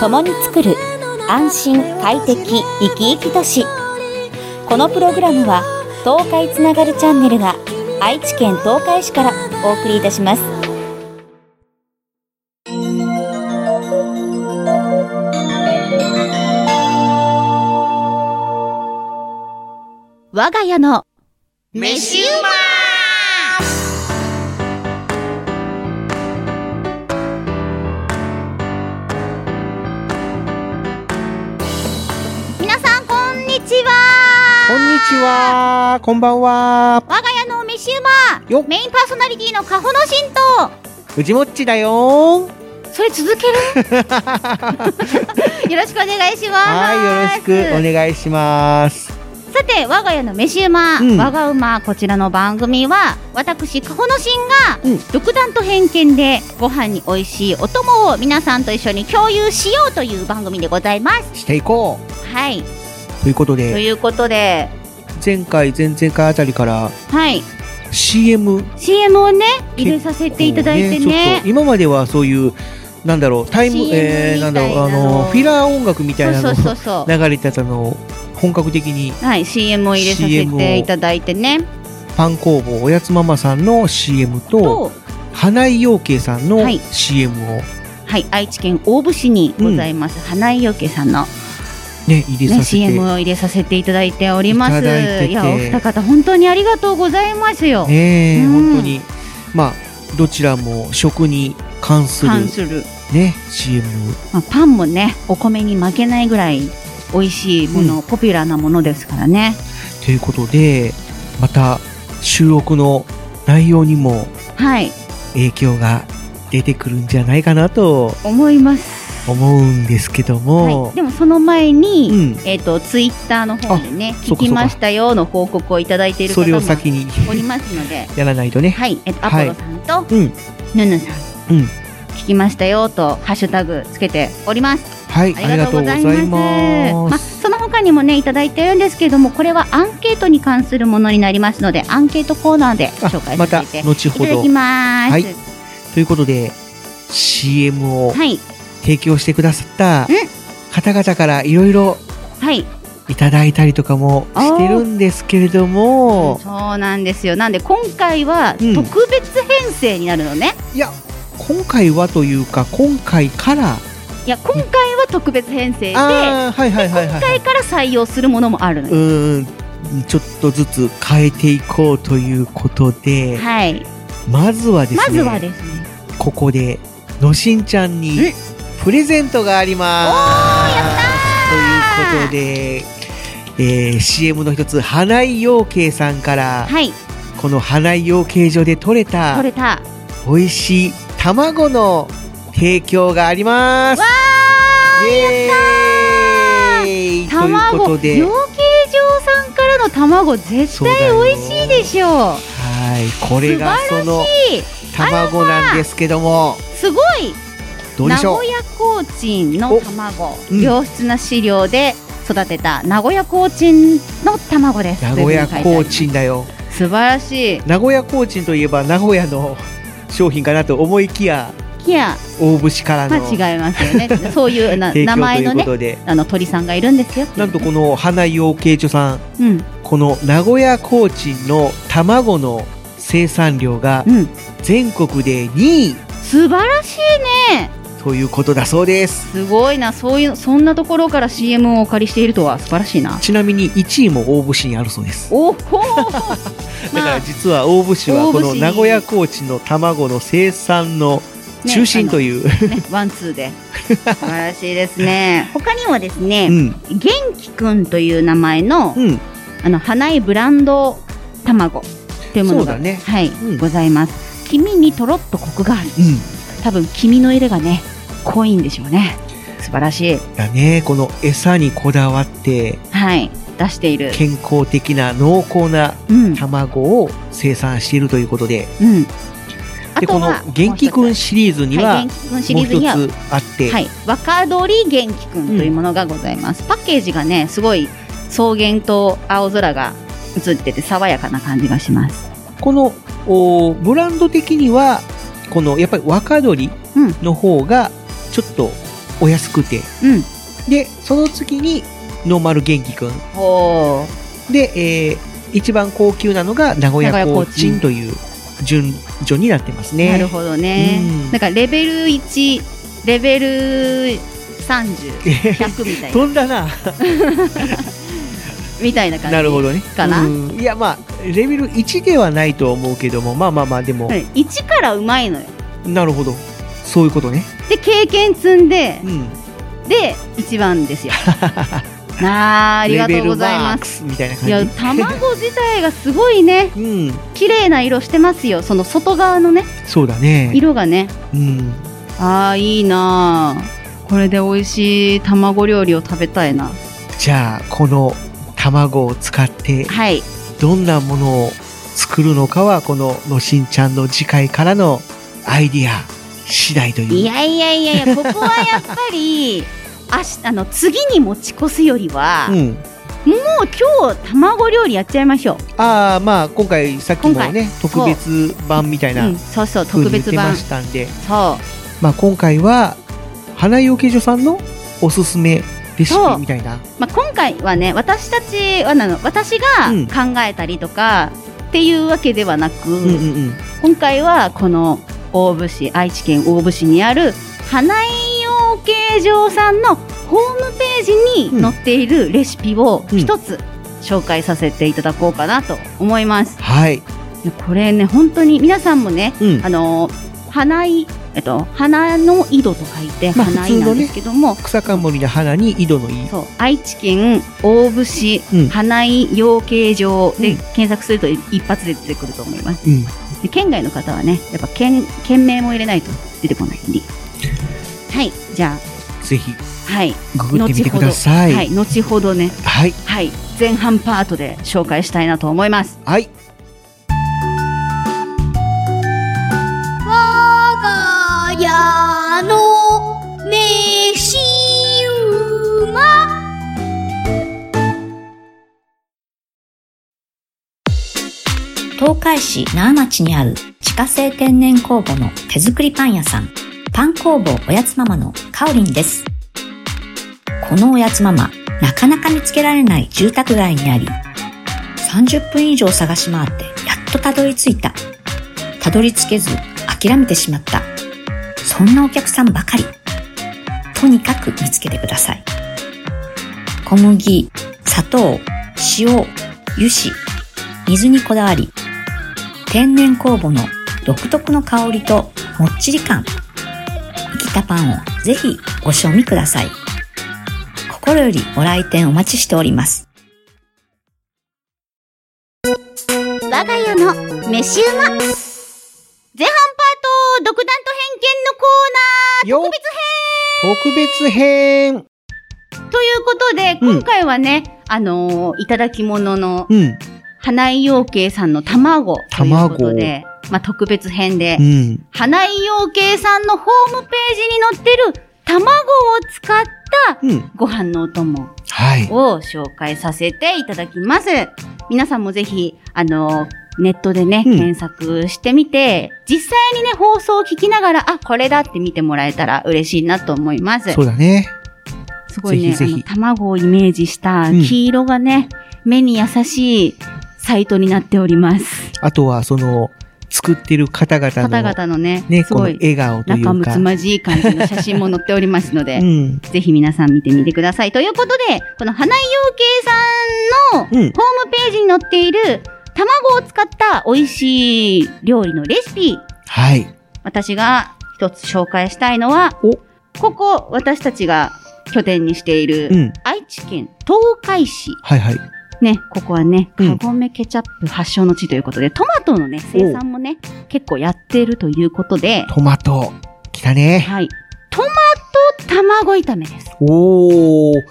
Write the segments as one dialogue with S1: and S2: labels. S1: 共に作る安心快適生き生き都市このプログラムは東海つながるチャンネルが愛知県東海市からお送りいたします我が家の
S2: 飯うま
S1: 皆さんこんにちは
S3: こんにちは、こんばんは、
S1: 我が家の飯う
S3: よ
S1: ま
S3: っ
S1: メインパーソナリティのカホの神
S3: うじもっちだよ。
S1: とそれ続 けるよろしくお願いします
S3: はい、よろしくお願いします。
S1: さて我が家の飯馬、
S3: うん
S1: 我が馬こちらの番組は私カホノシ
S3: う
S1: ン
S3: ん
S1: が独断と偏見でご飯に美味しいお供を皆さんと一緒に共有しようという番組でございます。
S3: していこ
S1: はい、
S3: うということ
S1: と
S3: で、
S1: いうことで、
S3: 前回前々回あたりから
S1: はい、
S3: CM
S1: CM をね入れさせていただいて
S3: こうちょっ
S1: ね
S3: と今まではそういうなんだろうタイム
S1: CM
S3: えー、なんだろうあ
S1: みたいなの
S3: のフィラー音楽みたいな
S1: そ
S3: の
S1: うそうそうそ
S3: 流れてたのを本格的に
S1: う、はい、CM を入れさせていただいてね
S3: パン工房おやつママさんの CM と
S1: と、
S3: 花井陽慶さんの
S1: はい
S3: CM を
S1: はい、愛知県大府市にございます、花井よけさんの
S3: ね入れ
S1: ね、
S3: させて、
S1: CM を入れさせていただいております。
S3: いただいてて
S1: や、お二方、本当にありがとうございますよ。
S3: ねえ、
S1: うん
S3: 本当にまあどちらも食に関する
S1: 関する、
S3: ね CM
S1: まあ、パンもね、お米に負けないぐらい美味しいもの、ポピュラーなものですからね。
S3: ということでまた収録の内容にも
S1: はい、
S3: 影響が出てくるんじゃないかなと
S1: 思います。
S3: 思うんですけども、
S1: はい、でも、その前に、
S3: うん
S1: えっ、と、ツイッターの方でね、聞
S3: そうか
S1: きましたよの報告をいただいている
S3: そ
S1: 方
S3: れ
S1: も
S3: を先に
S1: おりますので。
S3: やらないとね、
S1: はい、えっ、と、アポ
S3: はい
S1: ロさんと、
S3: うん
S1: ヌヌさん。
S3: うん
S1: 聞きましたよとハッシュタグつけております。
S3: はい
S1: ありがとうございます。ま
S3: ま
S1: あ、
S3: す
S1: その他にもね、いただいてるんですけれども、これはアンケートに関するものになりますので、アンケートコーナーで紹介
S3: あまた
S1: させてい
S3: 後ほ
S1: ただ
S3: ど
S1: きます。
S3: はいということで CM を
S1: はい、
S3: 提供してくださった方々からいろいろ
S1: はい
S3: いただいたりとかもしてるんですけれども
S1: そうなんですよ。なんで、今回は
S3: うん
S1: 特別編成になるのね。
S3: いや今回はというか今回から
S1: いや、今回は特別編成で、今
S3: あーはいはいはいはい
S1: 回から採用するものもあるの
S3: う
S1: よ。
S3: ーんちょっとずつ変えていこうということで、
S1: はい、
S3: まずはですね
S1: まずはですね。
S3: ここでのしんちゃんにプレゼントがありますということで、えー CM の一つ花井養鶏さんから
S1: はい、
S3: この花井養鶏場で採れ
S1: 取
S3: た
S1: れた。
S3: 美味しい卵の提供があります
S1: わ
S3: イエーイ
S1: ー、
S3: というこ
S1: 卵、
S3: と
S1: 養
S3: で
S1: 鶏場さんからの卵、絶
S3: そうだ
S1: 対
S3: よ
S1: 美味しいでしょう。
S3: はいこ
S1: 素
S3: れ
S1: 晴
S3: が
S1: ら
S3: その
S1: しい。
S3: 卵なんですけども
S1: すごい
S3: どうで
S1: 名
S3: しょう
S1: 古屋コーチンの卵、
S3: うん
S1: 良質な飼料で育てた名古屋コーチンの卵です
S3: 名古屋コーチ
S1: ン
S3: ンだよ
S1: 素晴らしい
S3: 名古屋コーチンといえば名古屋の商品かなと思いきや
S1: キア
S3: 大節からの
S1: は
S3: 提供
S1: 違います よねそういうな
S3: と
S1: 名前
S3: い
S1: の
S3: うこ
S1: ね
S3: とで、
S1: あの鳥さんがいるんですよ
S3: なんとこの花井養鶏所さん
S1: うん
S3: この名古屋コーチンの卵の生産量が
S1: うん
S3: 全国で2位
S1: 素晴らしいね
S3: ということだそうです
S1: すごいなそういうそんなところから CM をお借りしているとは素晴らし いな
S3: ちなみに1位も大節にあるそうです
S1: おほ
S3: だか
S1: まあ
S3: ら実は大節はこ
S1: 大
S3: の
S1: 節
S3: 名古屋コーチンの卵の生産の
S1: ね
S3: 中心という、
S1: ねワンツーで素晴らしいですね 他にもです
S3: う
S1: ね、
S3: ん
S1: 元気くんという名前の
S3: うん
S1: あの花井ブランド卵というもの
S3: そう
S1: が、
S3: だね
S1: はい
S3: うん
S1: ございます黄身にとろっとコクがある
S3: うん
S1: 多分黄身の色がね濃いんでしょうね素晴らしい
S3: だねこの餌にこだわって
S1: はい出している
S3: 健康的な濃厚な
S1: うん
S3: 卵を生産しているということで
S1: うんあ
S3: で
S1: と
S3: この
S1: は
S3: 「元気くん」シリーズに
S1: は、
S3: は
S1: 元
S3: い
S1: 気くんシ
S3: もう
S1: リーズ
S3: 一
S1: には
S3: つあって、
S1: はい、若鳥元気くんというものがございます、パッケージがねすごい草原と青空が映ってて爽やかな感じがします
S3: このおブランド的にはこのやっぱり若鶏の方がちょっとお安くて
S1: うん。
S3: でその次にノーマル元気くん
S1: ほう。
S3: で、えー一番高級なのが名古屋
S1: 名古屋コ
S3: コ
S1: ー
S3: ー
S1: チ
S3: チ
S1: ン
S3: ンという順序になってますね
S1: なるほどね
S3: う。ん
S1: なんかレベル1、レベル30、100みたいな。
S3: 飛んだな
S1: み たいな感じ。
S3: なるほどね
S1: かな
S3: うんいやまあレベル1ではないとは思うけどもまあまあまあでも、
S1: はい1からうまいのよ。
S3: なるほどそういうことね
S1: で、経験積んで
S3: う、ん
S1: で、一番です よ。なあ、ありがとうございます。
S3: すみたいない
S1: や
S3: 感じ
S1: 卵自体がすごいね
S3: うん
S1: 綺麗な色してますよその外側のね
S3: そうだね
S1: 色がね
S3: うん
S1: ああいいなあこれで美味しい卵料理を食べたいな
S3: じゃあこの卵を使って
S1: はい
S3: どんなものを作るのかはこののしんちゃんの次回からのアイディア次第という
S1: いやいやい やいやここはやっぱりあしあの次に持ち越すよりは、
S3: う、
S1: もうん今日卵料理やっちゃいましょ、
S3: ああまあ今回さっきもね特別版みたいうな
S1: うん、そうそう特
S3: 風に言っ
S1: 別
S3: てま
S1: 版
S3: したんで、
S1: そ
S3: まあ、今回は花養鶏所さんのおすすめレシピみたいな
S1: う、まあ、今回はね私たちはなの私
S3: うん
S1: が考えたりとか、っていうわけではなく、
S3: うんうんうん
S1: 今回はこの大府市愛知県大府市にある花井養鶏場さんのホームページに載っているレシピを
S3: うん
S1: 一つ紹介させていただこうかなと思います。
S3: はい、
S1: これね本当に皆さんもね
S3: うん
S1: あ、の花井えっと花の井戸と書いて
S3: まあ
S1: 花井
S3: 普通
S1: な
S3: の
S1: ん
S3: ね
S1: ですけども、
S3: 草冠の花に井戸の井
S1: そう愛知県大府市
S3: うん
S1: 花井養鶏場で
S3: うん
S1: 検索すると一発で出てくると思います。
S3: うん
S1: で県外の方はねやっぱ県県名も入れないと出てこないんではいじゃ
S3: ぜひ
S1: あはい
S3: ググってみてください
S1: はい後ほどね
S3: はい
S1: はい前半パートで紹介したいなと思います
S3: はい
S4: 我が家の飯馬
S5: 東海市奈良町にある自家製天然酵母の手作りパン屋さん、パン工房おやつママのカオリンです。このおやつママ、なかなか見つけられない住宅街にあり、30分以上探し回ってやっとたどり着いた。たどり着けず諦めてしまった。そんなお客さんばかり。とにかく見つけてください。小麦、砂糖、塩、油脂、水にこだわり、天然酵母の独特の香りともっちり感。生きたパンをぜひご賞味ください。心よりご来店お待ちしております。
S4: 我が家の飯馬
S1: 前半パート独断と偏見のコ
S3: よ特別
S1: ー
S3: 編
S1: ナーということで
S3: うん
S1: 今回はね、あのーいただき物の
S3: うん
S1: 花井養鶏さんの卵ということで、まあ、特別編で、
S3: うん
S1: 花井養鶏さんのホームページに載ってる卵を使った
S3: うん
S1: ご飯のお供
S3: はい
S1: を紹介させていただきます。皆さんもぜひ、あの、ネットでね、
S3: うん
S1: 検索してみて、実際にね、放送を聞きながら、あ、これだって見てもらえたら嬉しいなと思います
S3: そ。うだね
S1: すごいね、
S3: ぜひぜひ
S1: あの卵をイメージした
S3: うん
S1: 黄色がね、目に優しいサイトになっております。
S3: あとはその作ってる方々の
S1: 方々のね、
S3: ね
S1: す
S3: この
S1: ごい
S3: 笑顔という
S1: 仲
S3: か
S1: 睦まじい感じの写真も載っておりますので、
S3: うん
S1: ぜひ皆さん見てみてください。ということで、この花井養鶏さんのホ
S3: う
S1: ー
S3: ん
S1: ムページに載っている卵を使った美味しい料理のレシピ、
S3: はい
S1: 私が一つ紹介したいのは
S3: お、
S1: ここ私たちが拠点にしていうる
S3: ん
S1: 愛知県東海市。
S3: はいはい
S1: ね、ここはね、
S3: う
S1: カ
S3: ん
S1: ゴメケチャップ発祥の地ということで、トマトのね、生産もね、結構やっているということで、
S3: トマトきたね
S1: はい。トマト卵炒めです。
S3: おー、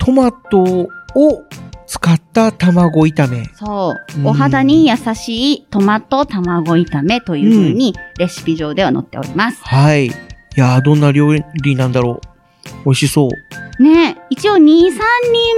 S3: トマトを使った卵炒め。
S1: そう、
S3: うん
S1: お肌に優しいトマト卵炒めというふうにレシピ上では載っております。
S3: はい。いやー、どんな料理なんだろう。美味しそう。
S1: ね一応2、3人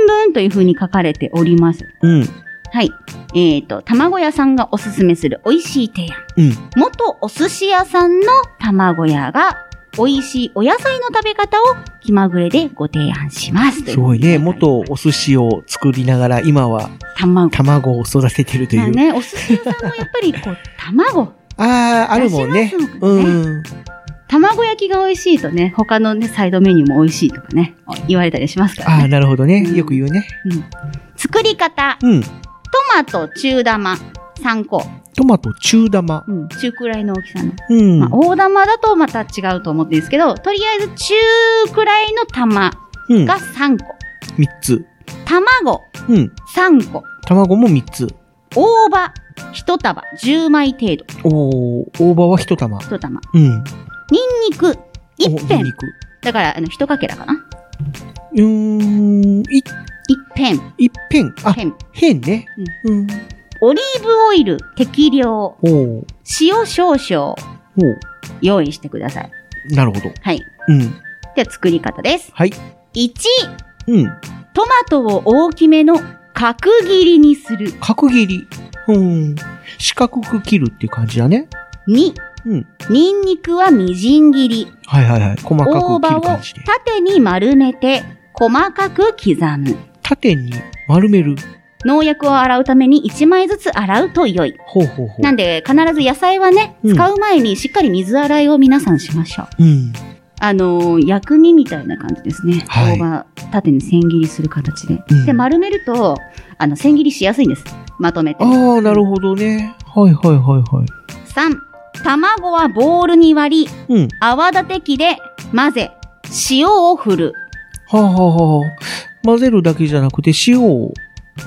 S1: 分というふうに書かれております。
S3: うん、
S1: はい。えっ、と、卵屋さんがおすすめする美味しい提案。
S3: うん、
S1: 元お寿司屋さんの卵屋が美味しいお野菜の食べ方を気まぐれでご提案します。
S3: すごいね。元お寿司を作りながら、今は
S1: 卵。
S3: 卵を育ててるとい
S1: まあ
S3: う。
S1: ね、お寿司屋さんもやっぱりこう、卵。
S3: ああ、あるもんね
S1: 出します。もんね
S3: うん。
S1: 卵焼きが美味しいとね、他のね、サイドメニューも美味しいとかね、言われたりしますから
S3: ああ、
S1: ね。
S3: なるほど
S1: う
S3: ね。
S1: ん
S3: よく言うね。
S1: 作り方、
S3: うん。
S1: トマト中玉3個。
S3: トマト中玉。
S1: うん、中くらいの大きさの。
S3: うん。
S1: まあ、大玉だとまた違うと思ってるんですけど、とりあえず中くらいの玉
S3: うん。
S1: が3個。
S3: 三つ。
S1: 卵
S3: うん。
S1: 3個。
S3: 卵も三つ。
S1: 大葉1束10枚程度。
S3: おー、大葉は一玉。
S1: 1玉。
S3: うん。
S1: 肉
S3: お
S1: 1
S3: ニン
S1: 片
S3: ニ。ク
S1: だから、あの、1かけらかな。
S3: うーん。い、
S1: 1片。
S3: 一片。あ、
S1: 片。
S3: へんね。うん。
S1: オリーブオイル適量。
S3: おー。
S1: 塩少々
S3: おー。
S1: 用意してください。
S3: なるほど。
S1: はい。
S3: うん。
S1: では作り方です。
S3: はい。
S1: 1、
S3: うん。
S1: トマトを大きめの角切りにする。
S3: 角切り。うん。四角く切るっていう感じだね。
S1: 2、
S3: うん。
S1: ニンニクはみじん切り。
S3: はいはいはい。細か
S1: 大
S3: く切
S1: 葉
S3: る
S1: を
S3: 感じで。
S1: 縦に丸めて、細かく刻む。
S3: 縦に丸める。
S1: 農薬を洗うために1枚ずつ洗うと良い。
S3: ほうほうほう。
S1: なんで、必ず野菜はね、
S3: うん
S1: 使う前にしっかり水洗いを皆さんしましょう。
S3: うん。
S1: あのー薬味みたいな感じですね。
S3: は
S1: 大
S3: い
S1: 葉、縦に千切りする形で。
S3: うん
S1: で、丸めると、あの、千切りしやすいんです。まとめて。
S3: ああ、なるほどね。はいはいはいはい。
S1: 3、卵はボウルに割り、
S3: うん。
S1: 泡立て器で混ぜ、塩を振る。
S3: はあはあはあ。混ぜるだけじゃなくて、塩を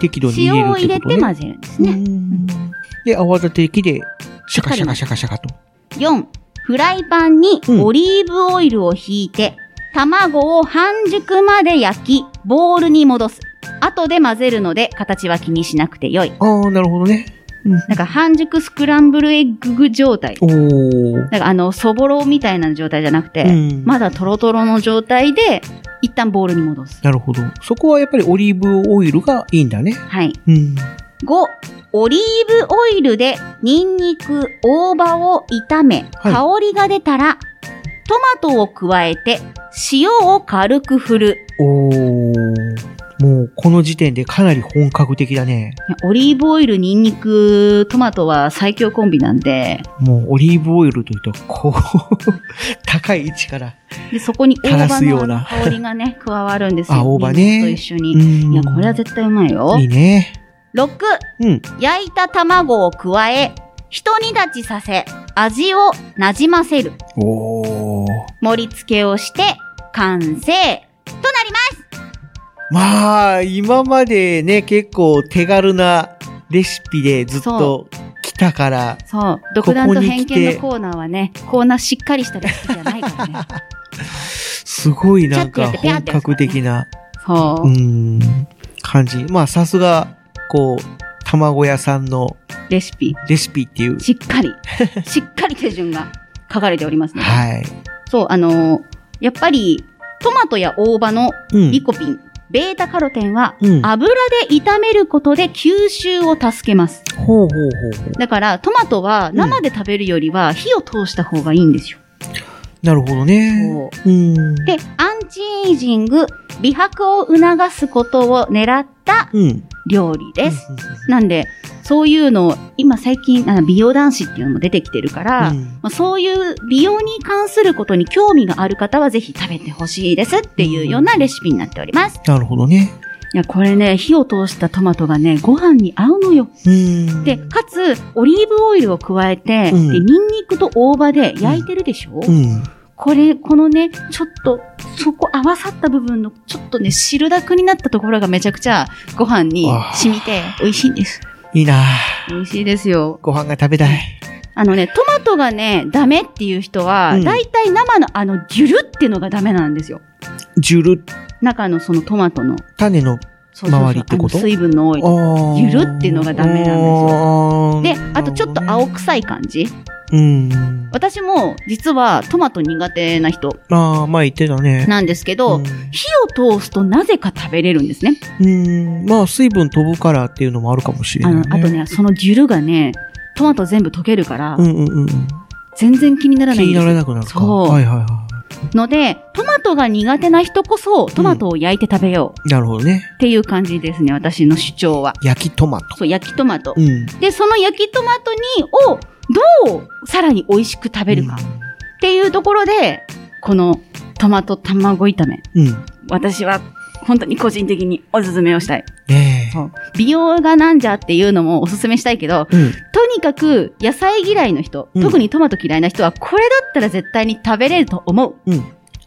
S3: 適度に入れ
S1: 塩
S3: る
S1: を
S3: っ
S1: 入
S3: て
S1: れ
S3: ことね。
S1: て混ぜるんです
S3: う
S1: ね。
S3: んで、泡立て器で、シャカシャカシャカシャカと。
S1: 4、フライパンに
S3: うん
S1: オリーブオイルをひいて、卵を半熟まで焼き、ボウルに戻す。後で混ぜるので、形は気にしなくてよい。
S3: ああ、なるほどね。
S1: なんか半熟スクランブルエッグ状態。
S3: おー。
S1: なんかあの、そぼろみたいな状態じゃなくて、
S3: うん
S1: まだトロトロの状態で、一旦ボウルに戻す。
S3: なるほど。そこはやっぱりオリーブオイルがいいんだね。
S1: はい。
S3: うん。
S1: 5、オリーブオイルでニンニク、大葉を炒め、
S3: はい
S1: 香りが出たら、トマトを加えて、塩を軽く振る。
S3: おー。もう、この時点でかなり本格的だね。
S1: いやオリーブオイル、ニンニク、トマトは最強コンビなんで、
S3: もう、オリーブオイルという と、こう、高い位置から。
S1: でそこに大
S3: 垂ら
S1: 葉
S3: すよう
S1: の
S3: な
S1: 香りがね、 加わるんですよ。
S3: あ大葉ね
S1: ニンニクと一緒
S3: う
S1: に。
S3: ん
S1: いや、これは絶対うまいよ
S3: いい。ね。
S1: 6、
S3: うん。
S1: 焼いた卵を加え、ひと煮立ちさせ、味をなじませる。
S3: おー。
S1: 盛り付けをして、完成となります
S3: まあ、今までね、結構手軽なレシピでずっと来たから、
S1: そう。独断
S3: ことこに
S1: 偏
S3: 来て
S1: 見のコーナーはね、コーナーしっかりしたレシピじゃない からね。
S3: すごいなんか
S1: ちょっとやってピャ
S3: 本
S1: ーって
S3: 格
S1: やつだね
S3: 的な、
S1: そう
S3: う。ーん、感じ。まあ、さすが、こう、卵屋さんの
S1: レシピ。
S3: レシピっていう。
S1: しっかり、しっかり手順が書かれておりますね。
S3: はい。
S1: そう、あのーやっぱり、トマトや大葉の
S3: うん。
S1: リコピン、ベータカロテンは、
S3: うん。
S1: 油で炒めることで吸収を助けます。
S3: ほうほうほうほう。
S1: だから、トマトは
S3: ん
S1: 生で食べるよりは火を通した方がいいんですよ。
S3: なるほどね。
S1: そう
S3: うん。
S1: で、アンチエイジング、美白を促すことを狙った
S3: うん。
S1: 料理です。
S3: うん。
S1: なんで、そういうのを、今最近、あ美容男子っていうのも出てきてるから、
S3: うん
S1: まあ、そういう美容に関することに興味がある方はぜひ食べてほしいですっていうようなレシピになっております。
S3: なるほどね。
S1: いや、これね、火を通したトマトがね、ご飯に合うのよ。
S3: うん。
S1: で、かつ、オリーブオイルを加えて、
S3: うん
S1: で、ニンニクと大葉で焼いてるでしょ、
S3: うん。
S1: これ、このね、ちょっと、そこ合わさった部分の、ちょっとね、汁だくになったところがめちゃくちゃご飯に染みて美味しいんです。
S3: いいな
S1: 美味しいですよ。
S3: ご飯が食べたい。
S1: あのね、トマトがね、ダメっていう人は、
S3: うん
S1: だいたい生のあの、ギュルっていうのがダメなんですよ。
S3: ジュル、
S1: 中のそのトマトの、
S3: 種の
S1: そうそうそう
S3: 周りってこと
S1: あの水分の多い。ゆ
S3: ゆ
S1: るっていうのがダメなんですよで
S3: で、
S1: あとちょっと青臭
S3: い。
S1: い感じ。
S3: うん。
S1: 私も、実はトマト苦手な人
S3: ああ、まあ言ってたね。
S1: なんですけど、火を通すとなぜか食べれるんですね。
S3: うん。うんまあ水分飛ぶからっていうのもあるかもしれ
S1: あ
S3: ない、
S1: の
S3: ね。、
S1: あと。ね、そのギュルがね、トマト全部溶けるから
S3: う、んうんうん。
S1: 全然気にならな
S3: 気
S1: いん
S3: に
S1: です
S3: な
S1: よ
S3: らなくなるか。
S1: そう
S3: はいはいは
S1: ので、トマトが苦手な人こそトマトを焼いて食べよう
S3: なるほどね。
S1: っていう感じですね、私の主張は。
S3: 焼きトマト。
S1: そう、焼きトマト。
S3: うん。
S1: で、その焼きトマトに、を、どうさらに美味しく食べるかっていうところで、このトマト卵炒め、
S3: うん。うん。
S1: 私は本当に個人的におすすめをしたい。
S3: ね
S1: 美容がなんじゃっていうのもおすすめしたいけど、
S3: え。うん。
S1: とにかく野菜嫌いの人、
S3: うん
S1: 特にトマト嫌いな人は、これだったら絶対に食べれると思う。
S3: うん。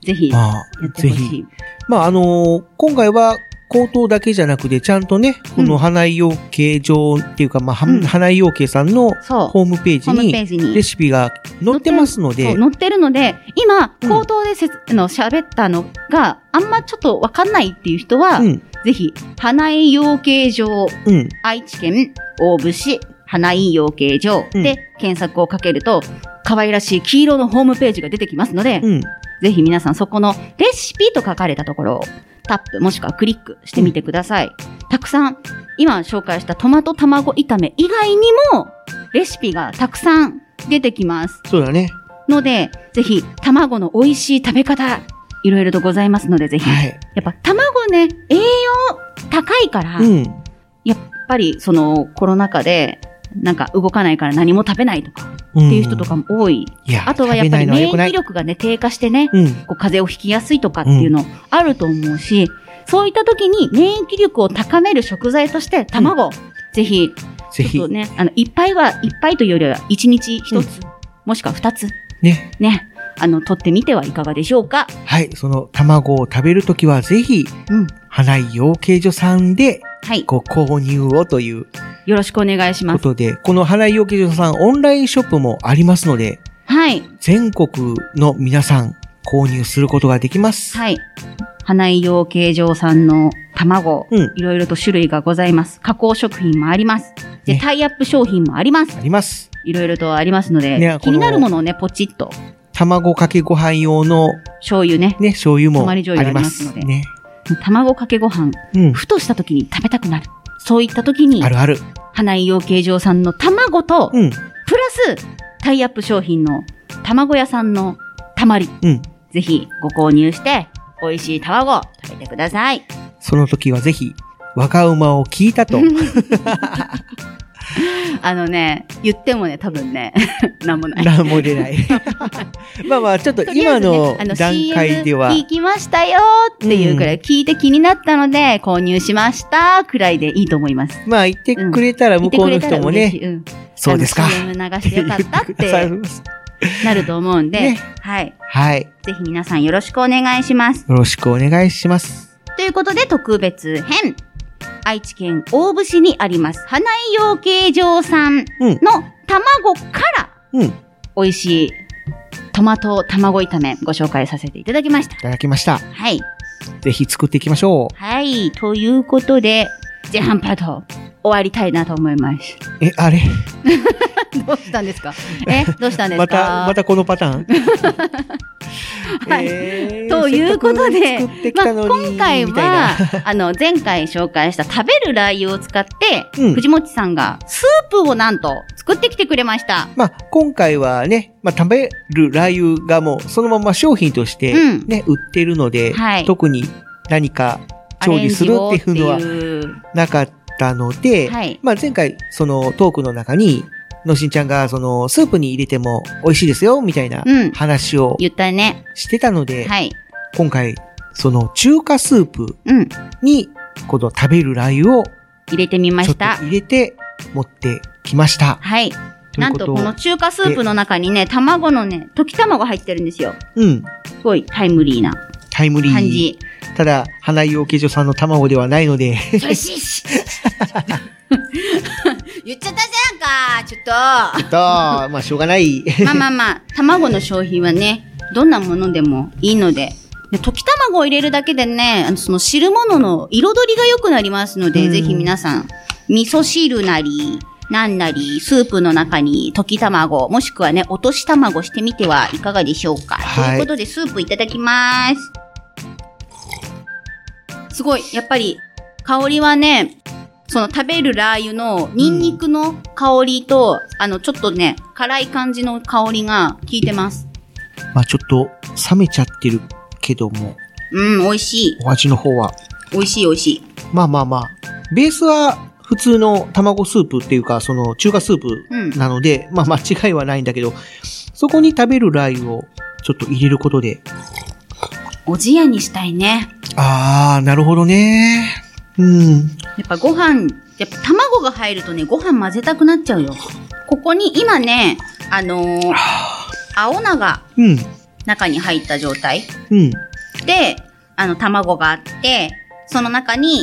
S1: ぜひ、や
S3: まあ
S1: っ、て
S3: ぜ
S1: ほ
S3: ひ
S1: し。い。
S3: まああのー今回は口頭だけじゃなくて、ちゃんとね、こ
S1: う
S3: の
S1: ん
S3: 花井養鶏場っていうか、まあ、は
S1: うん
S3: 花井養鶏さんの
S1: そう
S3: ホームページ
S1: ホームペー
S3: に
S1: ジ
S3: レ
S1: に。
S3: シピが載ってますの
S1: そう
S3: で、
S1: 載ってるので、今、
S3: うん
S1: 口頭でせつ、あの、喋ったのがあんまちょっとわかんないっていう人は、
S3: うん、
S1: ぜひ、花井養鶏場、
S3: うん、
S1: 愛知県大府市花井養鶏場
S3: うん
S1: で検索をかけると、可愛らしい黄色のホームページが出てきますので、
S3: うん。
S1: ぜひ皆さんそこのレシピと書かれたところをタップもしくはクリックしてみてください。たくさん、今紹介したトマト卵炒め以外にもレシピがたくさん出てきます。
S3: そうだね。
S1: ので、ぜひ卵の美味しい食べ方、いろいろとございますので、ぜひ。
S3: はい。
S1: やっぱ卵ね、栄養高いから、
S3: う
S1: やっ
S3: ん。
S1: ぱりそのコロナ禍で、なんか動かないから何も食べないとか
S3: うん
S1: っていう人とかも多い。
S3: いや、
S1: あとはやっぱり
S3: 食べない
S1: 免
S3: のは
S1: 疫
S3: 良く
S1: 力がね、低下してね、
S3: ない。うん。
S1: こう風邪をひきやすいとかっていうのあると思うし、そういった時に免疫力を高める食材として卵、ぜひ、
S3: ぜ
S1: ち
S3: ひ
S1: ょっと、ね、あの、いっぱいは、いっぱいというよりは、1日1つ、もしくは2つ、
S3: ね。
S1: ね、あの、取ってみてはいかがでしょうか。
S3: はい。その卵を食べるときは、ぜひ、
S1: うん。
S3: 花井養鶏所さんで
S1: はい。
S3: ご購入をという
S1: よろしくお願いし
S3: こ
S1: ます。
S3: とで、この花井養鶏所さん、オンラインショップもありますので、
S1: はい。
S3: 全国の皆さん購入することができます。
S1: はい。花井養鶏場さんの卵、
S3: うん。
S1: いろいろと種類がございます。加工食品もあります。で、
S3: ね
S1: タイアップ商品もあります。
S3: あります。
S1: いろいろとありますので、
S3: ねこの
S1: 気になるものをね、ポチッと、
S3: 卵かけご飯用の
S1: 醤油ね、
S3: ね、醤油も
S1: 泊
S3: あ
S1: まり
S3: り
S1: 醤油あり
S3: ま
S1: ます
S3: す。
S1: ので
S3: ね。
S1: 卵かけご飯、
S3: うん。
S1: ふとした時に食べたくなる。そういった時に
S3: あ、るある。
S1: 花井養鶏場さんの卵と、
S3: うん。
S1: プラス、タイアップ商品の卵屋さんのたまり、
S3: うん。
S1: ぜひご購入して、美味しい卵を食べてください。
S3: その時はぜひ、若馬を聞いたと。
S1: あのね、言ってもね、多分ね、 なんもない。
S3: 何も出 ない。まあまあ、ちょっと
S1: とりあ
S3: 今
S1: えず
S3: の
S1: ねあの
S3: 段階では
S1: CM、聞きましたよっていうくらい、聞いて気になったので、購入しましたくらいでいいと思います。
S3: まあ言ってくれたら
S1: 見
S3: 向
S1: て
S3: こ
S1: く
S3: うの
S1: れた
S3: 人
S1: ら
S3: も
S1: 嬉し
S3: ね、
S1: い。うん
S3: そうですか
S1: あ。の CM 流してよかったっ
S3: ください
S1: てなると思うん で、
S3: ね
S1: はい。
S3: はい。よ
S1: ぜひ皆さんよろしくお願いします。
S3: ろしくお願いします。
S1: ということで特別編。愛知県大府市にあります、花井養鶏場さん
S3: うん。
S1: の卵から
S3: うん。い
S1: 美味しいトマト卵炒めご紹介させていただきました。
S3: ただきました。
S1: はい。
S3: ぜひ作っていきましょ
S1: はい。ということで、前半パート終わりたいなと思います。
S3: う。え、あれ
S1: どうしたんですかえ、どうしたんですか
S3: また、またこのパターン
S1: はい
S3: えー
S1: ということで
S3: せっかく作ってき
S1: まあ、
S3: たのに
S1: 今回
S3: みたいな
S1: は、あの、前回紹介した食べるラー油を使って、
S3: うん
S1: 藤本さんがスープをなんと作ってきてくれました。
S3: まあ、今回はね、まあ、食べるラー油がもうそのまま商品として
S1: うん
S3: ね、売ってるので、
S1: はい
S3: 特に何か調理するっていうの
S1: ア
S3: は
S1: レンジをっていう
S3: なかったので、
S1: はい
S3: まあ、前回そのトークの中に、のしんちゃんがそのスープに入れても美味しいですよ、みたいな
S1: うん
S3: 話を
S1: 言ったね。
S3: してたので、
S1: はい。
S3: 今回その中華スープ
S1: うん。
S3: にこの食べるラー油を
S1: 入れてみま
S3: ちょ
S1: し
S3: っと
S1: た。
S3: 入れて持ってきました。
S1: はい。なんと、この
S3: いう
S1: 中華スープの中にね、卵のね、溶き卵入ってるんですよ。
S3: とで、うん、
S1: すごいタイムリーな
S3: タイムリー。
S1: 感じ。
S3: ただ、花井養鶏場さんの卵ではないの で、
S1: それしし 言っちゃったじゃんか、ちょっと。
S3: と、まあ、しょうがない。
S1: まあまあまあ、卵の消費はね、どんなものでもいいので。で溶き卵を入れるだけでね、あのその汁物の彩りが良くなりますので、
S3: うん
S1: ぜひ皆さん、味噌汁なり、なんなり、スープの中に溶き卵、もしくはね、落とし卵してみてはいかがでしょうか。
S3: はい
S1: ということで、スープいただきます。すごい、やっぱり、香りはね、その食べるラー油のニンニクの香りと、あの、ちょっとね、辛い感じの香りが効いてます。
S3: まあちょっと冷めちゃってるけども、
S1: うん、美味しい。
S3: お味の方は。
S1: 美味しい美味しい。
S3: まあまあまあ、ベースは普通の卵スープっていうか、その中華スープ
S1: うん。
S3: なので、まあ間違いはないんだけど、そこに食べるラー油をちょっと入れることで、
S1: おじやにしたいね。
S3: あー、なるほどね。うん。
S1: やっぱご飯、やっぱ卵が入るとね、ご飯混ぜたくなっちゃうよ。ここに今ね、あのー青菜が
S3: うん。
S1: 中に入った状態
S3: うん。
S1: で、あの、卵があって、その中に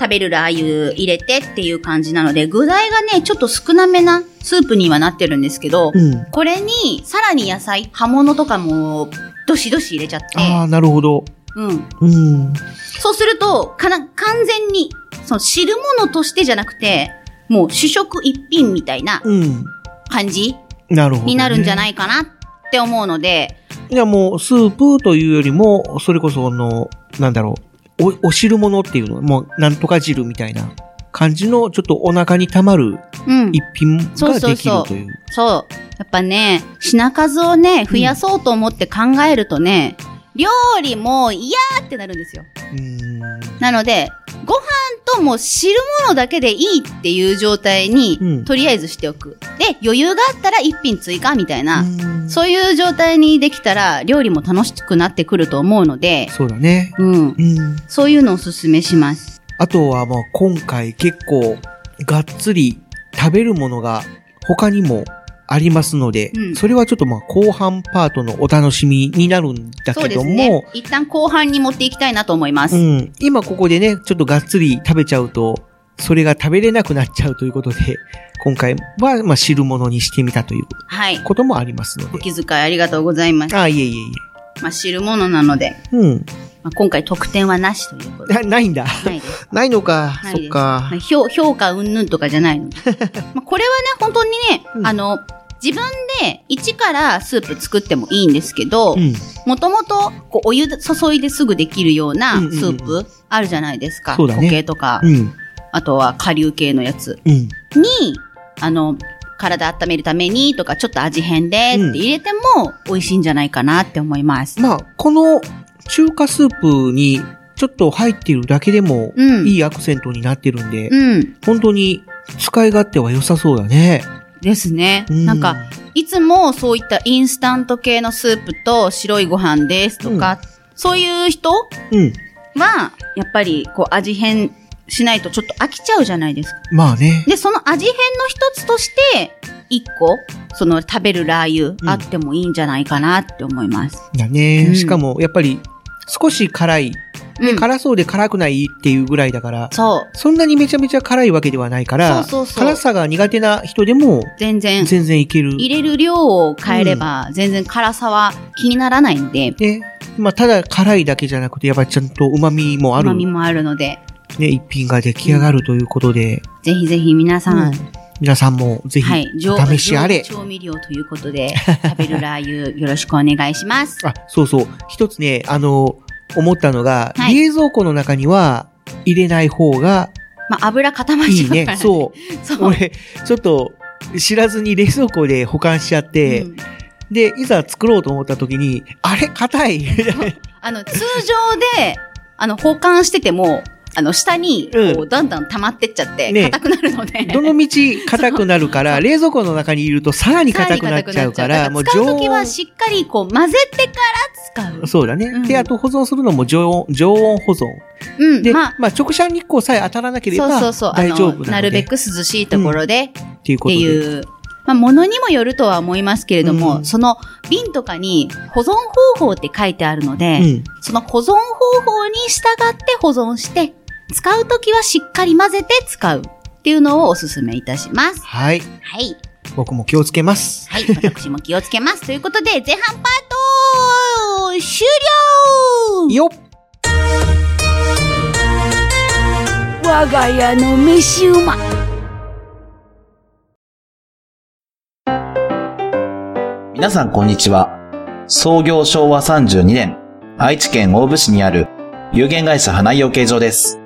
S1: 食べるラー油入れてっていう感じなので、具材がね、ちょっと少なめなスープにはなってるんですけど、
S3: うん。
S1: これに、さらに野菜、葉物とかも、どしどし入れちゃって、
S3: あー、なるほど。
S1: うん。
S3: うん。
S1: そうすると、かな、完全に、その汁物としてじゃなくて、もう主食一品みたいな
S3: うん。
S1: 感じ
S3: なるほど、ね。
S1: になるんじゃないいかなって思うので、
S3: いや、もう、スープというよりも、それこそ、あの、なんだろう、お、お汁物っていうの、もう、なんとか汁みたいな感じの、ちょっとお腹に溜まる
S1: うん。
S3: 一品
S1: そうそ
S3: が
S1: うそう
S3: できるという。
S1: そう。やっぱね、品数をね、増やそうと思って考えるとね、料理も嫌ってなるんですよ。
S3: うーん
S1: なので、ご飯ともう汁物だけでいいっていう状態に、
S3: うん
S1: とりあえずしておく。で、余裕があったら一品追加みたいな、
S3: うーん
S1: そういう状態にできたら、料理も楽しくなってくると思うので、
S3: そうだね。
S1: うん。
S3: うん。
S1: そういうのをおすすめします。
S3: あとは、もう、今回結構、がっつり食べるものが他にもありますので、
S1: うん
S3: それはちょっとまあ、後半パートのお楽しみになるんだ
S1: そう
S3: け
S1: です
S3: ども、
S1: ね。一旦後半に持っていきたいなと思います。
S3: うん。今ここでね、ちょっとがっつり食べちゃうと、それが食べれなくなっちゃうということで、今回は、まあ、汁物にしてみたという
S1: はい。
S3: こともありますの
S1: お
S3: で。
S1: 気遣いありがとうございます。
S3: ああ、いえいえい
S1: まあ、汁物なので、
S3: え。うん。
S1: まあ、今回得点はなしということで。
S3: な、ないんだ。
S1: ないです。
S3: ないのか。
S1: ないです
S3: そっか
S1: まあ。評評価云々とかじゃ ないので。まあこれはね、本当にね、
S3: うん
S1: あの、自分で一からスープ作ってもいいんですけど
S3: う、ん。
S1: もともとこうお湯注いですぐできるような
S3: う
S1: ス
S3: んうんうん
S1: ープあるじゃないですか。
S3: そうだね
S1: 固形とか、
S3: うん。
S1: あとは顆粒系のやつ
S3: うん。
S1: に、あの、体温めるためにとか、ちょっと味変でって入れても美味しいんじゃないかなって思います。
S3: まあ、この中華スープにちょっと入っているだけでも、
S1: うん
S3: いいアクセントになってるんで、
S1: うん。
S3: 本当に使い勝手は良さそうだね。
S1: ですね。
S3: う
S1: なんか、、いつもそういったインスタント系のスープと白いご飯ですとか、そういう人
S3: うん。
S1: は、やっぱりこう味変しないとちょっと飽きちゃうじゃないですか。
S3: まあね。
S1: で、その味変の一つとして、一個、その食べるラー
S3: うん
S1: 油あってもいいんじゃないかなって思います。
S3: だね。
S1: うん
S3: しかも、やっぱり、少し辛い。
S1: うん。
S3: 辛そうで辛くないっていうぐらいだから、
S1: そう。
S3: そんなにめちゃめちゃ辛いわけではないか
S1: そ
S3: ら、
S1: うそうそう
S3: 辛さが苦手な人でも、
S1: 全然、
S3: 全然いける。
S1: 入れる量を変えれば、全然辛さは気にならないんで、
S3: ね。まあ、ただ辛いだけじゃなくて、やっぱりちゃんと旨味もあ
S1: 旨
S3: る、
S1: 味
S3: ね、
S1: もあるので、
S3: 一品が出来上がるということで、
S1: ぜひぜひ皆さん、
S3: うん皆さんもぜひ
S1: はい、、
S3: お試しあ
S1: 上
S3: れ。
S1: 上調味料ということで、食べるラー油、よろしくお願いし ます。
S3: あ、そうそう。一つね、あの、思ったのが、
S1: はい
S3: 冷蔵庫の中には入れない方が
S1: まあ、油固まっ
S3: い
S1: ち
S3: い
S1: ゃうか
S3: ね。
S1: ら。う。
S3: そう。
S1: そう。
S3: 俺、ちょっと、知らずに冷蔵庫で保管しちゃって、
S1: うん
S3: で、いざ作ろうと思った時に、あれ 硬い
S1: あの、通常で、あの、保管してても、あの、下に、こう、
S3: う
S1: だんだん溜まってっちゃって、
S3: ね
S1: 硬くなるので。
S3: どの道硬くなるから、冷蔵庫の中にいるとさらに
S1: さら
S3: 硬
S1: に
S3: くなっちゃうから、
S1: 硬くなっちゃう使うときは
S3: 温。
S1: しっかり、こう、混ぜてから使う。
S3: そうだね。
S1: うん
S3: で、あと保存するのも常温、常温保存。
S1: うん。
S3: で、
S1: まあ、
S3: まあ直射日光さえ当たらなけれ
S1: そう
S3: ば
S1: そうそう。あ
S3: 大丈夫なの
S1: の、
S3: で。
S1: なるべく涼しいところで、
S3: っていうこ
S1: っ
S3: と
S1: て
S3: で。
S1: いう、まあ、ものにもよるとは思いますけれども、
S3: うん
S1: その瓶とかに保存方法って書いてあるので、
S3: うん。
S1: その保存方法に従って保存して、使うときはしっかり混ぜて使うっていうのをお勧めいたします。
S3: はい。
S1: はい。
S3: 僕も気をつけます。
S1: はい。私も気をつけます。ということで、前半パート終了
S3: よっ
S6: 我が家の飯馬
S7: 皆さんこんにちは。創業昭和32年、愛知県大府市にある有限会社花井養鶏場です。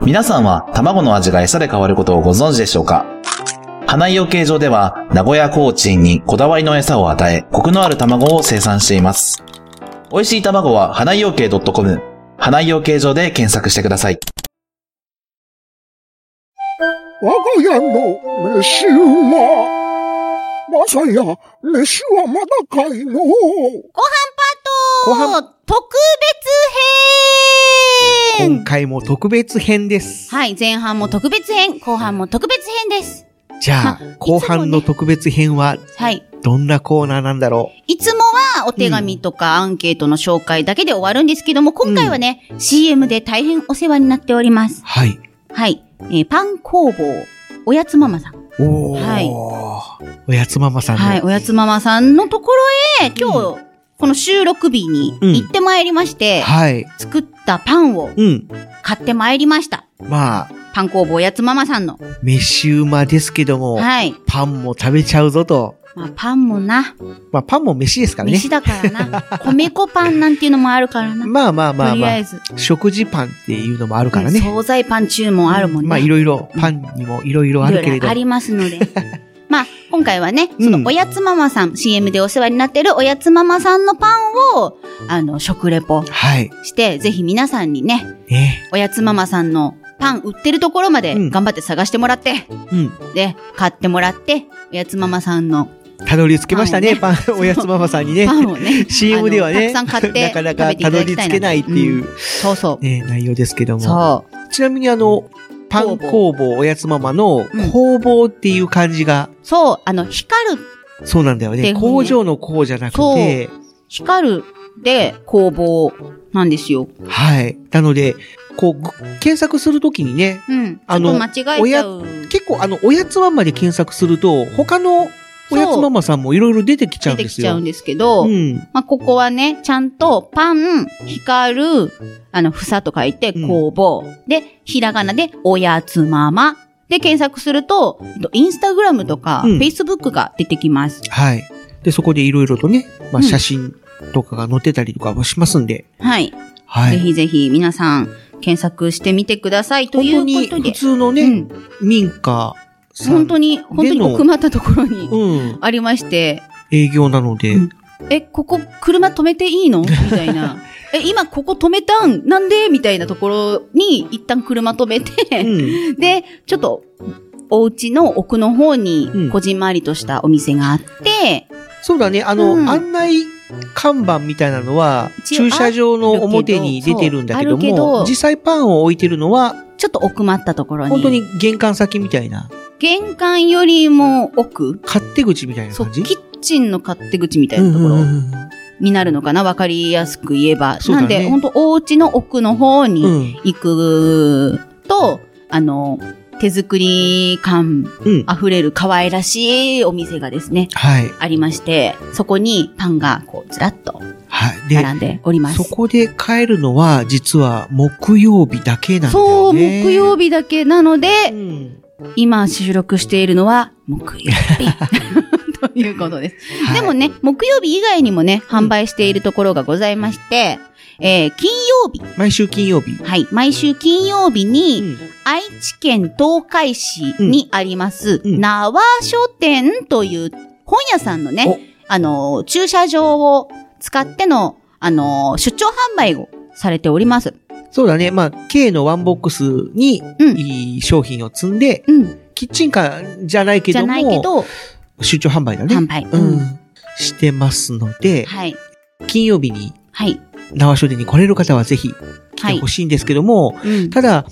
S7: 皆さんは卵の味が餌で変わることをご存知でしょうか花井養鶏場では、名古屋コーチンにこだわりの餌を与え、コクのある卵を生産しています。美味しい卵は、花井養鶏 .com、花井養鶏場で検索してください。
S8: 我が家の飯は、まさや、飯はまだかいの
S3: 後半
S1: 特別
S3: 今
S1: 編
S3: 回も特別編です。
S1: はい、前半も特別編、後半も特別編です。
S3: じゃあ、
S1: まあ
S3: 後半の特別編は
S1: はい。
S3: どんなコーナーなんだろ
S1: いつもはお手紙とかアンケートの紹介だけで終わるんですけども、今回はね、CM で大変お世話になっております
S3: う。。はい。
S1: はい。えーパン工房、おやつママさん。
S3: おー。
S1: はい
S3: おやつママさんの。
S1: はい、おやつママさんのところへ、今日、この収録日に行ってまいりまして、
S3: はい。
S1: 作ったパンを
S3: うん。
S1: 買ってまいりました。
S3: まあ、
S1: パン工房おやつママさんの。
S3: 飯馬ですけども、
S1: はい。
S3: パンも食べちゃうぞと。
S1: まあ、パンもな、
S3: まあ、パンも飯ですからね。
S1: 飯だから な。米粉パンなんていうのもあるからな。
S3: まあまあまあ
S1: とり
S3: ま
S1: あ
S3: あ
S1: え、ず。
S3: 食事パンっていうのもあるからね。
S1: 惣菜パン注文あるもんね。
S3: まあ、いろいろ、パンにもいろいろあるけれ
S1: いろい
S3: ど
S1: ろあ。ります ので。まあ、今回はね、そ
S3: うん
S1: のおやつママさん、CM でお世話になってるおやつママさんのパンを、あの、食レポ
S3: はい。
S1: して、ぜひ皆さんにね、
S3: ね。
S1: おやつママさんのパン売ってるところまで
S3: うん
S1: 頑張って探してもらって、
S3: うん。
S1: で、買ってもらって、おやつママさんの
S3: たどり着けましたね、
S1: パ
S3: パン、 おやつママさんにね。、
S1: パンをね
S3: CM ではね、
S1: あのたくさん買って
S3: なかな
S1: 食べて
S3: か
S1: いた
S3: た
S1: だ
S3: ど
S1: き
S3: り
S1: たい
S3: 着けないってい
S1: ん
S3: う、
S1: そうそ
S3: ね、内容ですけど
S1: う。
S3: も。
S1: そう。
S3: ちなみにあの、パン工房おやつママの
S1: ん
S3: 工房っていう漢字が、
S1: そう、あの、光る、
S3: そうなんだよね。
S1: で
S3: 工場の工じゃなくて、
S1: 光るで工房なんですよ。
S3: はい。なので、こう、ぐ検索するときにね、
S1: うん。
S3: あの
S1: ちょっと間違えちゃう。
S3: 結構あの、おやつママで検索すると、他のおやつママさんもいろいろ出てきちゃ
S1: 出
S3: うん
S1: て
S3: で
S1: き
S3: す
S1: ちゃ
S3: よ。
S1: うんですけど、
S3: うん。
S1: まあ、ここはね、ちゃんと、パン、光る、あの、房と書いて、
S3: うん
S1: 工房。で、ひらがなで、おやつまま。で、検索すると、えっとインスタグラムとか、フ
S3: うん
S1: ェイスブックが出てきます。
S3: はい。で、そこでいろいろとね、ま
S1: うん
S3: あ、写真とかが載ってたりとかもしますんで、
S1: はい。
S3: は
S1: ぜ
S3: い。
S1: ひぜひ、皆さん、検索してみてください。と
S3: 本
S1: いう
S3: 当に
S1: ことで
S3: 普。通のね、
S1: うん。
S3: 民家さん。
S1: 本当に、本当に奥まったところに
S3: うん。
S1: ありまして、
S3: 営業なので、
S1: うんえ、ここ、車止めていいのみたい な。え、今ここ止めたんなんでみたいなところに、一旦車止めて、
S3: うん。
S1: で、ちょっと、お家の奥の方
S3: うん
S1: に、こじんまりとしたお店があって、
S3: そうだね、あの、
S1: うん
S3: 案内看板みたいなのは、
S1: 一応
S3: 駐車場の表に出てるんだけど
S1: あるけど
S3: も、
S1: そう
S3: 実際パンを置いてるのは、
S1: ちょっと奥まったところに。
S3: 本当に玄関先みたいな、
S1: 玄関よりも奥、
S3: 勝手口みたいな
S1: そう、
S3: 感じ
S1: キッチンの勝手口みたい
S3: うん
S1: なとこ
S3: うんう
S1: ろ
S3: ん
S1: になるのかなわかりやすく言えば。
S3: そうだ
S1: な
S3: ね
S1: んで、本当お家の奥の方
S3: う
S1: に
S3: ん。
S1: 行くと、あの、手作り感
S3: うん。
S1: 溢れる可愛らしいお店がですね、
S3: はい。
S1: ありまして、そこにパンがこうずらっと
S3: はい。で、
S1: 並んでおります
S3: そ。こで帰るのは、実は木曜日だけなんだ
S1: そ
S3: よ
S1: う、
S3: ね。
S1: 木曜日だけなので、
S3: うん。
S1: 今収録しているのは木曜 日。ということです。
S3: はい
S1: でも、ね、木曜日以外にもね、販売しているところがございまして、えー金曜日。
S3: 毎週金曜日。
S1: はい。毎週金曜日
S3: う
S1: に、
S3: ん。
S1: 愛知県東海市にあります、
S3: うんうん
S1: 縄書店という本屋さんの
S3: お
S1: ね、あのー、駐車場を使っての、あのー、出張販売をされております。
S3: そうだね。まあ、K のワンボックスに、
S1: うん
S3: いい商品を積んで、
S1: うん。
S3: キッチンカーじゃないけ
S1: じゃ
S3: ど
S1: ないけ
S3: も、
S1: ど、
S3: 出張販売だね。
S1: 販売。
S3: う
S1: うん
S3: ん。してますので、
S1: はい。
S3: 金曜日に
S1: はい。
S3: 縄書店に来れる方はぜひ来
S1: は
S3: て
S1: い
S3: ほ。しいんですけども、
S1: うん
S3: ただ、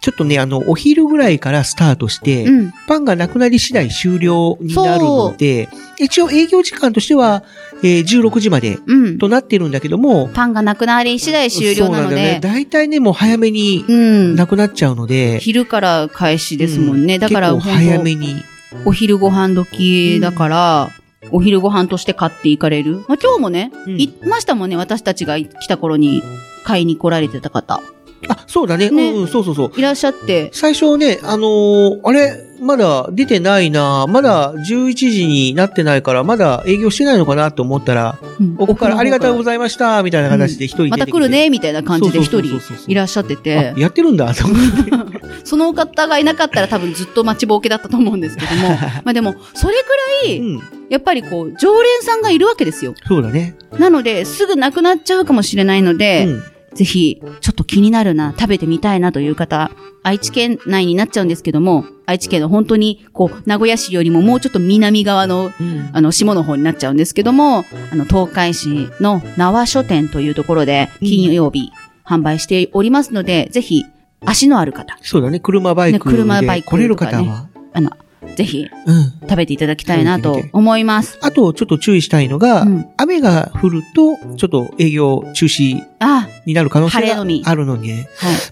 S3: ちょっとね、あの、お昼ぐらいからスタートして、
S1: うん。
S3: パンがなくなり次第終了になるので、一応営業時間としては、えー16時まで
S1: うん。
S3: となってるんだけども、
S1: パンがなくなり次第終了なの
S3: そうなんだよね。
S1: で、
S3: 大体ね、もう早めに
S1: うん。
S3: なくなっちゃうので、
S1: 昼から開始ですもんね。だから、
S3: 結構早めに。
S1: ほんとお昼ご飯時だから、お昼ご飯として買っていかれる。まあ、今日もね、
S3: うん
S1: 行きましたもんね。私たちが来た頃に買いに来られてた方。
S3: あ、そうだね。
S1: ね
S3: うん、そうそうそう。
S1: いらっしゃって、
S3: 最初ね、あのーあれ、まだ出てないな、まだ11時になってないから、まだ営業してないのかなと思ったら、
S1: うん
S3: ここからありがとうご
S1: ま
S3: ざいました、みたいな形で一人出てきて、
S1: た来るね、みたいな感じで一
S3: そうそう
S1: 人
S3: そうそうそう
S1: いらっしゃって
S3: あ
S1: て、
S3: やってるんだ、と思って。
S1: そのお方がいなかったら多分ずっと待ちぼうけだったと思うんですけ ども、まあでも、それくらい、
S3: うん。
S1: やっぱりこう、常連さんがいるわけですよ。
S3: そうだね。
S1: なので、すぐなくなっちゃうかもしれないの
S3: う
S1: で、
S3: ん。
S1: ぜひ、ちょっと気になるな、食べてみたいなという方、愛知県内になっちゃうんですけども、愛知県の本当に、こう、名古屋市よりももうちょっと南側の、あの、下の方になっちゃうんですけども、あの、東海市の縄書店というところで、金曜日、販売しておりますので、ぜひ、足のある方、
S3: そうだね。車バイク
S1: ね車バイ
S3: で
S1: ク
S3: 来れる方
S1: と
S3: は。
S1: あの、ぜひ、
S3: うん。
S1: 食べていただきたいな
S3: 食べ
S1: と
S3: てみて
S1: 思います。
S3: あと、ちょっと注意したいのが、
S1: うん
S3: 雨が降ると、ちょっと営業中止
S1: あ、
S3: になる可能性
S1: 晴れ
S3: が
S1: のみ
S3: あるので、
S1: はい。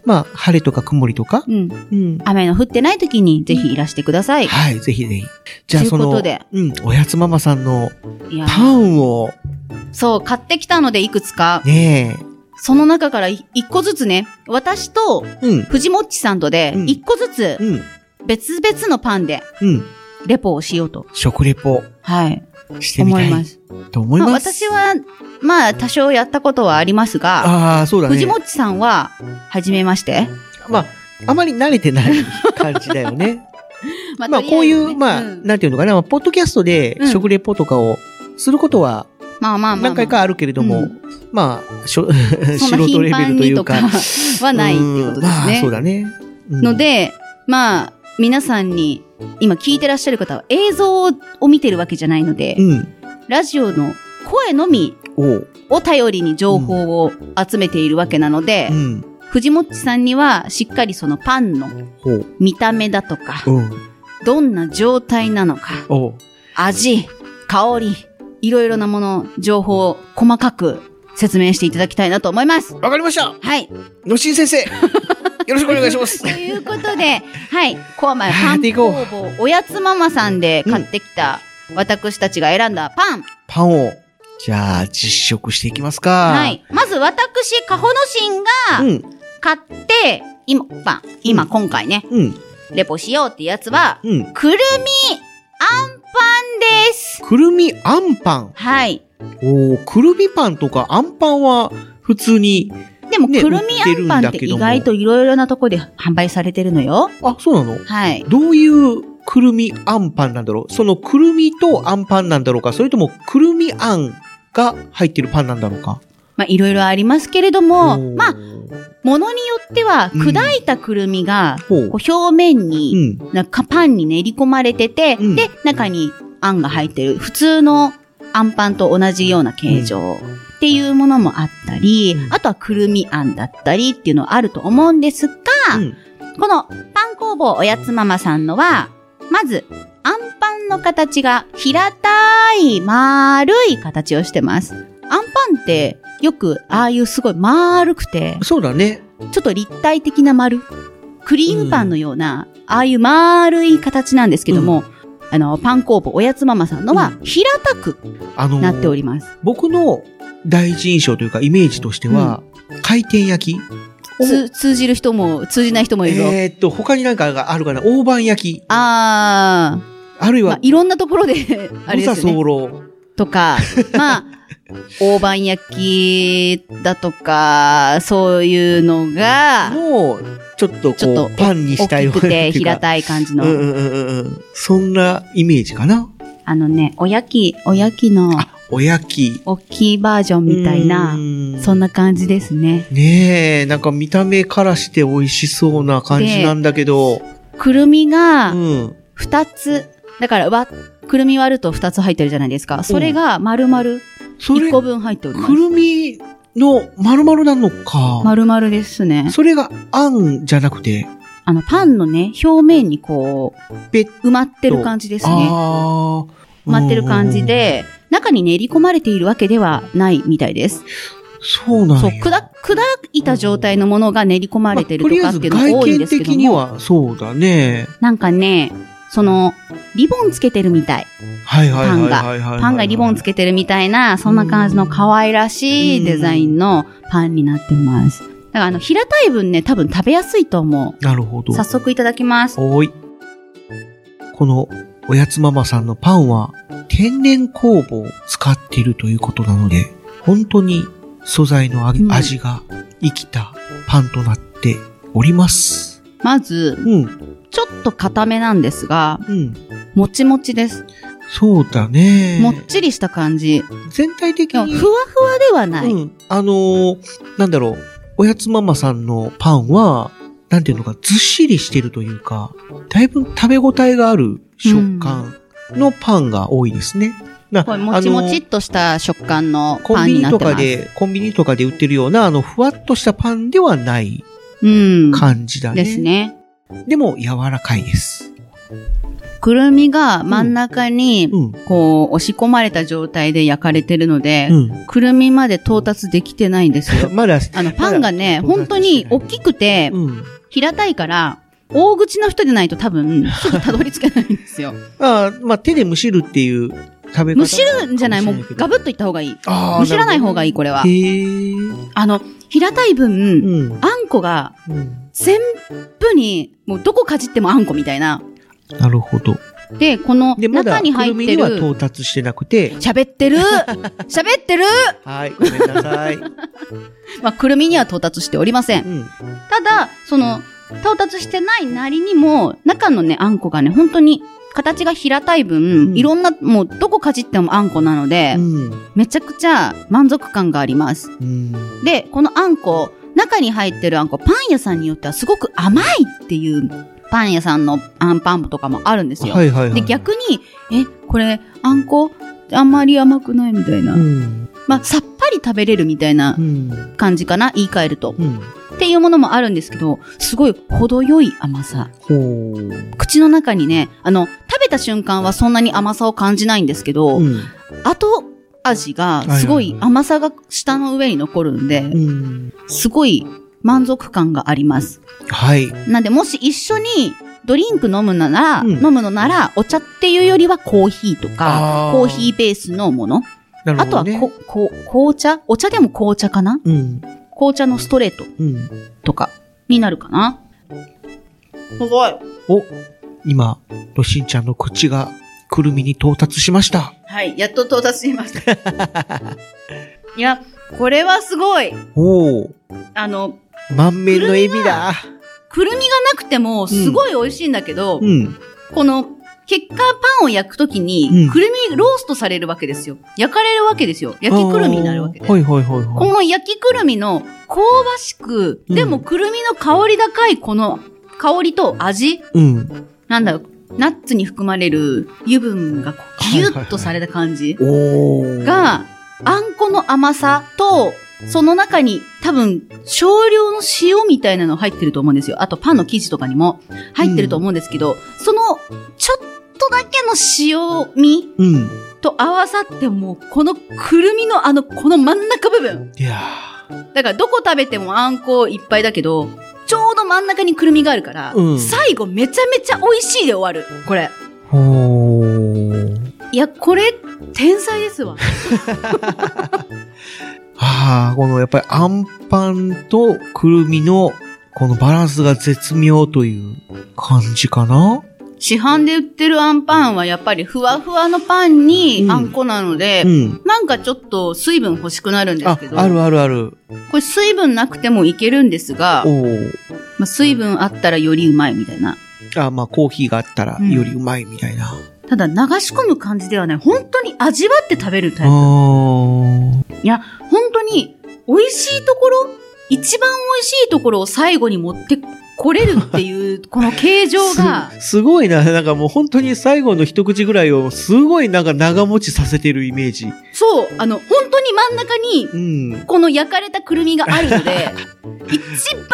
S3: まあ、晴れとか曇りとか、
S1: うん。
S3: うん。
S1: 雨の降ってない時に、ぜひいらしてください。
S3: はい、ぜひぜひ。じゃあ、
S1: という
S3: そ
S1: こと
S3: の、
S1: で
S3: うん、おやつママさんの
S1: いやー
S3: パンを、
S1: そう、買ってきたのでいくつか、
S3: ね
S1: その中からい一個ずつね、私と
S3: え、うん、
S1: 藤もっちさんとで
S3: う、ん
S1: 一個ずつ
S3: うん、
S1: 別々のパンで
S3: うん、
S1: レポをしようと、
S3: 食レポ
S1: はい、
S3: してみ
S1: 思
S3: た
S1: いま
S3: い
S1: す。
S3: と思い
S1: まあ
S3: ます。
S1: 私は、まあ多少やったことはありますが、
S3: ああー、そうだね。
S1: 藤もっちさんは、はじめまして。
S3: まあ、あまり慣れてない感じだよね。
S1: ま
S3: まあ、こういう、まあ、
S1: うん
S3: なんていうのかな、まあポッドキャストで
S1: うん
S3: 食レポとかをすることは
S1: まあまあまあまあ。
S3: 何回かあるけれども、
S1: う
S3: まあ、しょ
S1: そんな
S3: 素人
S1: 頻
S3: レベ
S1: 繁
S3: ルとい
S1: に
S3: う
S1: とか
S3: か。
S1: はないっていうことで
S3: う
S1: す
S3: んまあ、
S1: ね
S3: そう。だね。うん
S1: の、で、まあ、皆さんに、今聞いてらっしゃる方は映像を見てるわけじゃないので
S3: う、ん。
S1: ラジオの声のみ
S3: おう。
S1: を頼りに情報を集めているわけなので
S3: う、ん。
S1: 藤もっちさんにはしっかりそのパンの
S3: ほう。
S1: 見た目だとか、
S3: うん。
S1: どんな状態なのか、
S3: おう。
S1: 味、香り、いろいろなもの、情報を細かく説明していただきたいなと思います。
S3: わかりました
S1: はい。
S3: のしん先生 よろしくお願いします
S1: ということで、はい。コアマイ
S3: は
S1: パ
S3: あやっ
S1: ン
S3: ていこう
S1: 工房、おやつママさんで買ってきた、私たちが選んだパン。
S3: パンを、じゃあ、実食していきますか。
S1: はい。。まず私、カホノシンが
S3: うん、
S1: 買って、今、まあ、今今回ね、
S3: うん、
S1: レポしようってやつは、
S3: うん。
S1: くるみあんパンです。
S3: くるみあんパン。
S1: はい。
S3: おーくるみパンとかあんパンは、普通に、
S1: でも、
S3: ね
S1: くるみあんパン
S3: 売
S1: っ
S3: ってるんだ
S1: て
S3: け
S1: 意
S3: ども
S1: 外といろいろなとこで販売されてるのよ。
S3: あ、そうなの
S1: はい。
S3: どういうくるみあんパンなんだろうそのくるみとあんパンなんだろうかそれともくるみあんが入ってるパンなんだろうか
S1: まあ、いろいろありますけれど
S3: お
S1: も、
S3: ー
S1: まあ、ものによっては、
S3: うん
S1: 砕いたくるみが、
S3: ほう
S1: こ。う表面
S3: う
S1: に、
S3: ん。
S1: なんかパンに練り込まれてて、
S3: うん
S1: で、中にあんが入ってる、普通のあんパンと同じような形状っていうものもあったり、
S3: うん
S1: あとはくるみあんだったりっていうのはあると思うんですが、
S3: うん。
S1: このパン工房おやつママさんのは、まず、あんパンの形が平たい丸い形をしてます。あんパンってよくああいうすごい丸くて、
S3: そうだね。
S1: ちょっと立体的な丸。クリームパンのような、ああいう丸い形なんですけども、あの、パン工房おやつママさんのは平たく
S3: あのー
S1: なっております。
S3: 僕の第一印象というかイメージとしては、回転焼き。
S1: つ通じる人も通じない人もいるぞ。
S3: えーっと、他になんかがあるかな大判焼き。
S1: あー
S3: あるい
S1: まあ
S3: は、、
S1: いろんなところで、 あれ
S3: 武
S1: で
S3: 蔵
S1: すよね
S3: 候。郎。
S1: とか、まあ、大判焼きだとか、そういうのが、
S3: の、ちょっと
S1: ちょっ
S3: ことう、パンにし
S1: 大
S3: たよ
S1: き
S3: うな。
S1: くて平
S3: い
S1: たい感じ
S3: う
S1: の
S3: か。。うんうんうんうん。そんなイメージかな。
S1: あのね、おやき、おやきの
S3: おやき。
S1: 大きいバージョンみたいな
S3: う、ーん
S1: そんな感じですね。
S3: ねえ、なんか見た目からして美味しそうな感じなんだけど。
S1: くるみ
S3: う
S1: が
S3: ん。
S1: 二つ、だからわ、くるみ割ると二つ入ってるじゃないですか。それが丸々
S3: そ
S1: 一
S3: れ、
S1: 個
S3: く
S1: 分入っております。
S3: るみの丸々なのか。
S1: 丸々ですね。
S3: それがあんじゃなくて、
S1: あの、パンのね、表面にこ
S3: べっ
S1: う、埋まってる感じですね。
S3: ああ。
S1: 埋まってる感じで、中に練り込まれているわけではないみたいです。
S3: うんうんうん。そうなんや
S1: そう、砕、砕いた状態のものが練り込まれてるとかっていうのが多いんです
S3: まあとりあえず外見
S1: け
S3: 的
S1: ど
S3: に
S1: も、
S3: はそうだね。
S1: なんかね、その、リボンつけてるみたい。
S3: はいはいはいはいはいはい、
S1: パンがリボンつけてるみたいな、そんな感じの可愛らしいデザインのパンになってます。だからあの、平たい分ね、多分食べやすいと思
S3: なるほ
S1: う。
S3: ど。
S1: 早速いただきます。
S3: おーい。この、おやつママさんのパンは、天然酵母を使っているということなので、本当に素材のあ
S1: うん
S3: 味が生きたパンとなっております。
S1: まず、
S3: うん、
S1: ちょっと固めなんですが、
S3: うん。
S1: もちもちです。
S3: そうだね。
S1: もっちりした感じ。
S3: 全体的
S1: でも
S3: に、
S1: ふわふわではない。
S3: うん。あのーなんだろう、おやつママさんのパンは、なんていうのか、ずっしりしてるというか、だいぶ食べ応えがある食感のパンが多いですね。な
S1: これもちもちっ
S3: あのー
S1: とした食感の
S3: コ
S1: パ
S3: ン
S1: ン
S3: ビ
S1: に
S3: ニ
S1: なって
S3: とか
S1: ます。
S3: で、コンビニとかで売ってるような、あの、ふわっとしたパンではない
S1: うん。
S3: 感じだね。
S1: です。ね。
S3: でも、柔らかいです。
S1: くるみが真ん中に、
S3: うん。
S1: こう、押し込まれた状態で焼かれてるので、
S3: うん。。
S1: くるみまで到達できてないんですよ
S3: まだ、
S1: あの、パンがね、
S3: まだ
S1: 本当に大きくて、
S3: うん。
S1: 平たいから、大口の人でないと多分、すぐたどり着けないんですよ。
S3: ああ、まあ、手でむしるっていう食べ方。
S1: むしるんじゃないもう、ガ
S3: ブ
S1: ブッといった方がいい。
S3: あー
S1: むしらない方がいい、これは
S3: へ。え。
S1: あの、平たい分、
S3: うん。
S1: あんこが
S3: うん
S1: 全部に、もうどこかじってもあんこみたいな。
S3: なるほど。
S1: で、この
S3: で、まだ
S1: 中
S3: く
S1: に入
S3: る
S1: っ
S3: み
S1: て
S3: には
S1: る、
S3: 到達してなくて。
S1: 喋ってる喋ってる
S3: はい、ごめんなさい。 う
S1: まあ、くるみには到達しておりません。
S3: ん。
S1: ただ、その、到達してないなりにも、中のね、あんこがね、本当に、形が平たい分、
S3: うん
S1: いろんな、もう、どこかじってもあんこなので、
S3: うん。
S1: めちゃくちゃ満足感があります。
S3: うん。
S1: で、このあんこ、中に入ってるあんこ、パン屋さんによってはすごく甘いっていう、パン屋さんのあんパンとかもあるんですよ。
S3: はいはいはい。
S1: で、逆に、え、これ、あんこ、あんまり甘くないみたいな。
S3: うん。
S1: まあ、さっぱり食べれるみたいな
S3: うん。
S1: 感じかな、言い換えると。
S3: うん。
S1: っていうものもあるんですけど、すごい程よい甘さ。
S3: ほう。
S1: 口の中にね、あの、食べた瞬間はそんなに甘さを感じないんですけど、
S3: うん。
S1: 後味がすご
S3: はい
S1: い
S3: はいはい
S1: 甘さが舌の上に残るんで、
S3: うん。
S1: すごい満足感があります。
S3: はい。
S1: なんで、もし一緒にドリンク飲むなら、
S3: うん
S1: 飲むのなら、お茶っていうよりはコーヒーと
S3: あ
S1: か、
S3: ー
S1: コーヒーベースのもの。
S3: なる
S1: あ
S3: ほ
S1: と
S3: ど
S1: は
S3: ね。
S1: こ、こ、紅茶お茶でも紅茶かな
S3: うん。
S1: 紅茶のストレート
S3: うん。
S1: とかになるかなすごい。
S3: お、今、ロシンちゃんの口がくるみに到達しました。
S1: はい、やっと到達しま した。いや、これはすごい。
S3: おお、
S1: あの、
S3: 満面の笑みだ。
S1: くるみがなくてもすごい美味しいんだけど、
S3: うん。
S1: この、結果パンを焼くとき
S3: う
S1: に
S3: ん、
S1: くるみローストされるわけですよ。焼かれるわけですよ。焼きくるみになるわけで
S3: あー
S1: す。
S3: はいはいはい
S1: こ
S3: は
S1: の焼きくるみの香ばしく、
S3: うん
S1: でもくるみの香り高いこの香りと味、
S3: い。うん。
S1: なんだろう、ナッツに含まれる油分がこうギュッとされた感じ。
S3: おー。
S1: が、あんこの甘さと、その中に多分少量の塩みたいなの入ってると思うんですよ。あとパンの生地とかにも入ってると思うんですけど、そのちょっとだけの塩味
S3: うん。
S1: と合わさってもうこのくるみのあのこの真ん中部分。
S3: いや
S1: だからどこ食べてもあんこいっぱいだけど、ちょうど真ん中にくるみがあるから、
S3: うん
S1: 最後めちゃめちゃ美味しいで終わる。これ。
S3: ー。おー。
S1: いや、これ、天才ですわ。
S3: ああ、このやっぱりアンパンとくるみのこのバランスが絶妙という感じかな
S1: 市販で売ってるあんパンはやっぱりふわふわのパン
S3: う
S1: に
S3: ん
S1: あんこなので、
S3: うん。
S1: なんかちょっと水分欲しくなるんです
S3: あ
S1: け、ど、
S3: あるあるある。
S1: これ水分なくてもいけるんですが
S3: お、ー。
S1: まあ、水分あったらよりうまいみたいな。
S3: あ、まあコーヒーがあったら
S1: うん
S3: よりうまいみたいな。
S1: ただ流し込む感じではない。本当に味わって食べるタイプ。
S3: あ
S1: いや、本当に美味しいところ、一番美味しいところを最後に持ってこれるっていう、この形状が
S3: あ。、すすごいな。なんかもう本当に最後の一口ぐらいをすごいなんか長持ちさせてるイメージ。
S1: そう、あの、本当に真ん中に
S3: うん。
S1: この焼かれたくるみがあるので、一番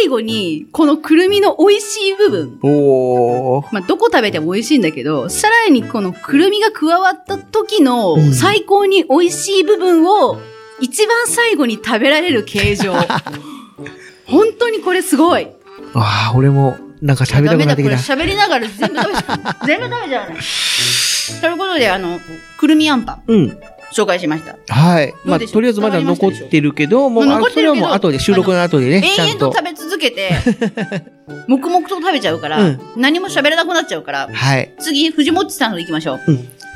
S1: 最後に、このくるみの美味しい部分。
S3: おー。
S1: まあ、どこ食べても美味しいんだけど、さらにこのくるみが加わった時の
S3: うん
S1: 最高に美味しい部分を、一番最後に食べられる形 状。本当にこれすごい。
S3: ああ、俺もなんか食べたくな
S1: だ、こ
S3: ってき
S1: れ
S3: た。
S1: 喋りながら全部食べちゃう。全部食べちゃうね。ということで、あの、くるみあんパン、
S3: うん。
S1: 紹介しました。
S3: はい。
S1: ど
S3: ま
S1: う
S3: あ、
S1: でしょう
S3: とりあえずまだ残ってるけど、もう、
S1: まあ
S3: あ
S1: 残ってる
S3: そ
S1: け
S3: れ
S1: ど
S3: はもう後で、収録の後でね、ちゃ
S1: 永
S3: ん
S1: 遠と
S3: と。
S1: 食べ続け て、黙々と食べちゃうから、
S3: うん
S1: 何も喋れなくなっちゃうから、
S3: はい。
S1: 次、藤本さんの行きましょう。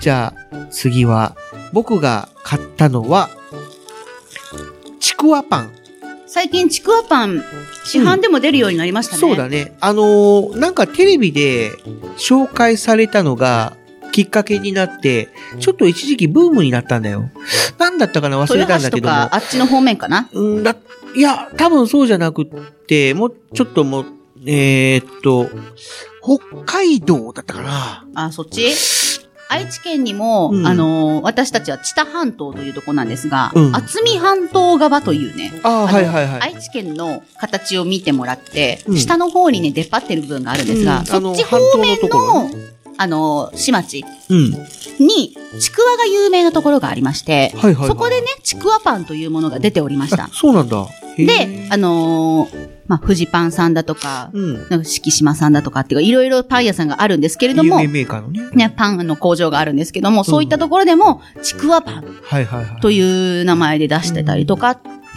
S3: じゃあ、次は、僕が買ったのは、ちくわパン。
S1: 最近ちくわパン、市販でも出るようになりましたね。
S3: そうだね。あのーなんかテレビで紹介されたのがきっかけになって、ちょっと一時期ブームになったんだよ。なんだったかな忘れ
S1: 豊
S3: たん
S1: 橋
S3: だ
S1: と
S3: けども。
S1: か、あっちの方面かな。
S3: うんだ、いや、多分そうじゃなくって、もうちょっともう、えーっと、北海道だったかな。
S1: あ、そっち愛知県にも、
S3: うん
S1: あのー私たちは知多半島というとこなんですが、
S3: うん
S1: 渥美半島側というね、あ
S3: ああ、
S1: の
S3: はいはいはい。
S1: 愛知県の形を見てもらって、
S3: うん
S1: 下の方にね、出っ張ってる部分があるんですが、
S3: うんあ
S1: そ
S3: の
S1: っち方面
S3: 半島の
S1: の、あのー市町
S3: うん。
S1: に、ちくわが有名なところがありまして、
S3: はいはいはい。
S1: そこでね、ちくわパンというものが出ておりまし
S3: あ
S1: た。
S3: そうなんだ。 へー
S1: で、あのーまあ、富士パンさんだとか、
S3: うん。
S1: なんか敷島さんだとかっていうか、いろいろパン屋さんがあるんですけれど
S3: 有
S1: も
S3: 名、メーカーのね。
S1: ね、パンの工場があるんですけども、そういったところでも、ちくわパン
S3: はいはいはい。
S1: という名前で出してたりとか、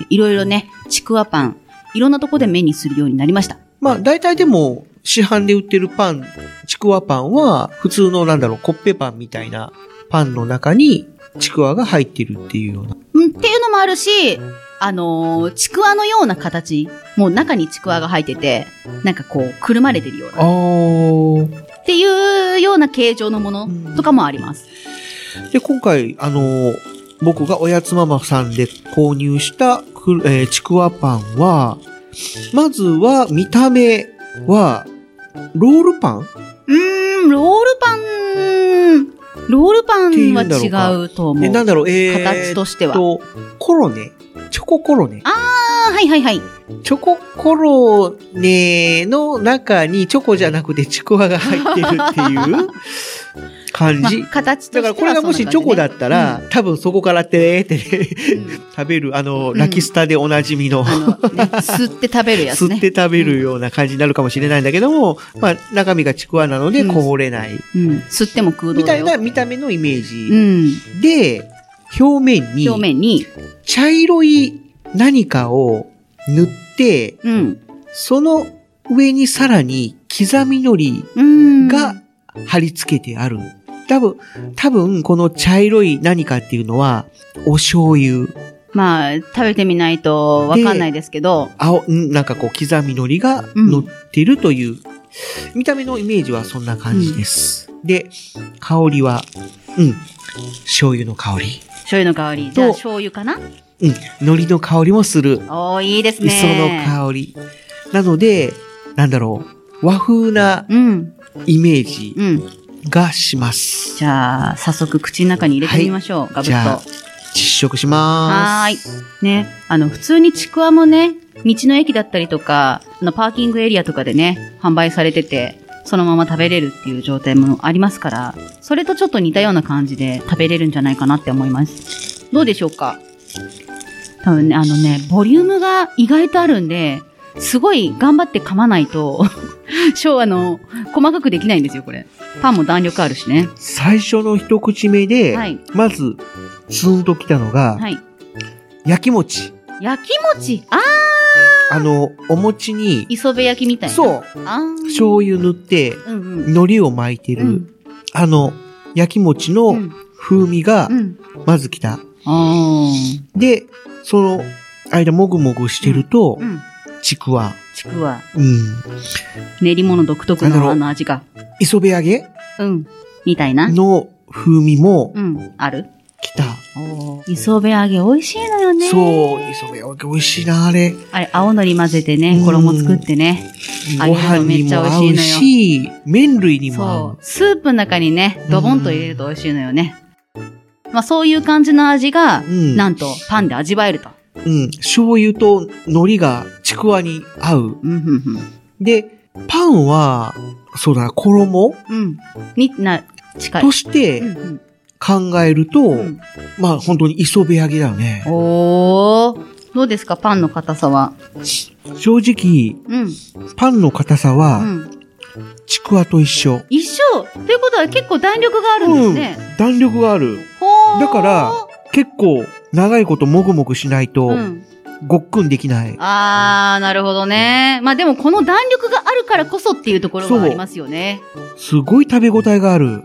S1: いろいろね、ちくわパン、いろんなとこで目にするようになりました。
S3: まあ、大体でも、市販で売ってるパン、ちくわパンは、普通のなんだろう、コッペパンみたいなパンの中に、ちくわが入ってるっていうような。
S1: うん、っていうのもあるし、あのーちくわのような形、もう中にちくわが入ってて、なんかこう、くるまれてるような、っ
S3: あ
S1: ていうような形状のものとかもあります。
S3: あ。で、今回、あのー僕がおやつママさんで購入したく、えーちくわパンは、まずは、見た目は、ロールパン
S1: うーん、ロールパン、ロールパンは違うと思う。
S3: え、なんだろう、えー、
S1: 形としては。
S3: と、コロネチョココロネ
S1: ああ、はいはいはい。
S3: チョココロネの中にチョコじゃなくてちくわが入ってるっていう感
S1: まあ
S3: じ。
S1: 形と
S3: だ
S1: しては
S3: からこれがもしチョコだったら、多分そこからってねってね、
S1: そんな感じね、
S3: 食べる、あの、
S1: うん
S3: ラキスタでおなじみの、
S1: うんあのね吸って食べるやつ
S3: 吸
S1: ね。
S3: って食べるような感じになるかもしれないんだけども、まあ中身がちくわなので
S1: うん
S3: こぼれない。
S1: うん、吸っても空洞
S3: みた
S1: だ
S3: い
S1: よ。
S3: な見た目のイメー
S1: う
S3: ジ。
S1: ん。
S3: で、表面に
S1: 表面に、
S3: 茶色い何かを塗って、
S1: うん。
S3: その上にさらに刻み海
S1: うん。
S3: 苔が貼り付けてある。多分、多分この茶色い何かっていうのは、お醤油、
S1: まあ、食べてみないとわかんないですけど、
S3: 青、んなんかこう刻み海苔が
S1: うん
S3: 乗ってるという、見た目のイメージはそんな感じです。で、香りは、うん、醤油の香り。
S1: 醤油の香り。じゃあ醤油かな
S3: うん、海苔の香りもする。
S1: おー、いいです
S3: 磯
S1: ね。
S3: の香り。なので、なんだろう、和風な
S1: うん。
S3: イメージ
S1: うん。
S3: がします。
S1: じゃあ、早速口の中に入れてみましょう。ガブ
S3: じゃあ
S1: ッ、
S3: 実食しまーす。
S1: はと。ね。あの、普通にちくわもね、道の駅だったりとか、あの、パーキングエリアとかでね、販売されてて、そのまま食べれるっていう状態もありますから、それとちょっと似たような感じで食べれるんじゃないかなって思います。どうでしょうか多分ね、あのね、ボリュームが意外とあるんで、すごい頑張って噛まないと、 昭和の細かくできないんですよ、これ。パンも弾力あるしね。
S3: 最初の一口目で、
S1: はい
S3: まず、ツーンときたのが、
S1: はい。
S3: 焼き餅。
S1: 焼き餅あ
S3: あの、お餅に、
S1: 磯辺焼きみたいな。
S3: そう、
S1: あー
S3: 醤油塗って、
S1: うんうん。
S3: 海苔を巻いてる、
S1: うん
S3: あの、焼き餅
S1: う
S3: の
S1: ん。
S3: 風味が
S1: う、ん。
S3: まずきた。
S1: あ
S3: で、その、間、もぐもぐしてると
S1: ーう、ん。
S3: ちくわ。
S1: ちくわ。
S3: うん。
S1: 練り物独特
S3: なんだろ
S1: の
S3: う
S1: あの味が。
S3: 磯辺揚げ
S1: うん。みたいな。
S3: の風味も
S1: う、ん。ある
S3: きた。
S1: 磯辺揚げ美味しいのよね。
S3: そう、磯辺揚げ美味しいな、あれ。
S1: あれ、青のり混ぜてね、衣作ってね。
S3: ご飯にも合うし、麺類にも合
S1: そうう。。スープの中にね、ドボンと入れると美味しいのよね。まあ、そういう感じの味が、
S3: ん
S1: なんと、パンで味わえると。
S3: うん。醤油と海苔がちくわに合う。
S1: うん、うん、
S3: で、パンは、そうだな、衣
S1: うん。うん。に、な、近い
S3: と。して
S1: うんうん
S3: 考えると、
S1: ん
S3: まあ本当に磯辺揚げだよね。
S1: おー。どうですか、パンの硬さは。
S3: 正直、
S1: うん。
S3: パンの硬さ
S1: う
S3: は、
S1: ん。
S3: ちくわと一緒。
S1: 一緒ということは結構弾力があるんですね。
S3: 弾力がある。
S1: ほー
S3: だから、結構、長いこともぐもぐしないと
S1: う、ん、
S3: ごっくんできない。
S1: あー、なるほどね。まあでもこの弾力があるからこそっていうところがありますよね。
S3: すごい食べ応えがある。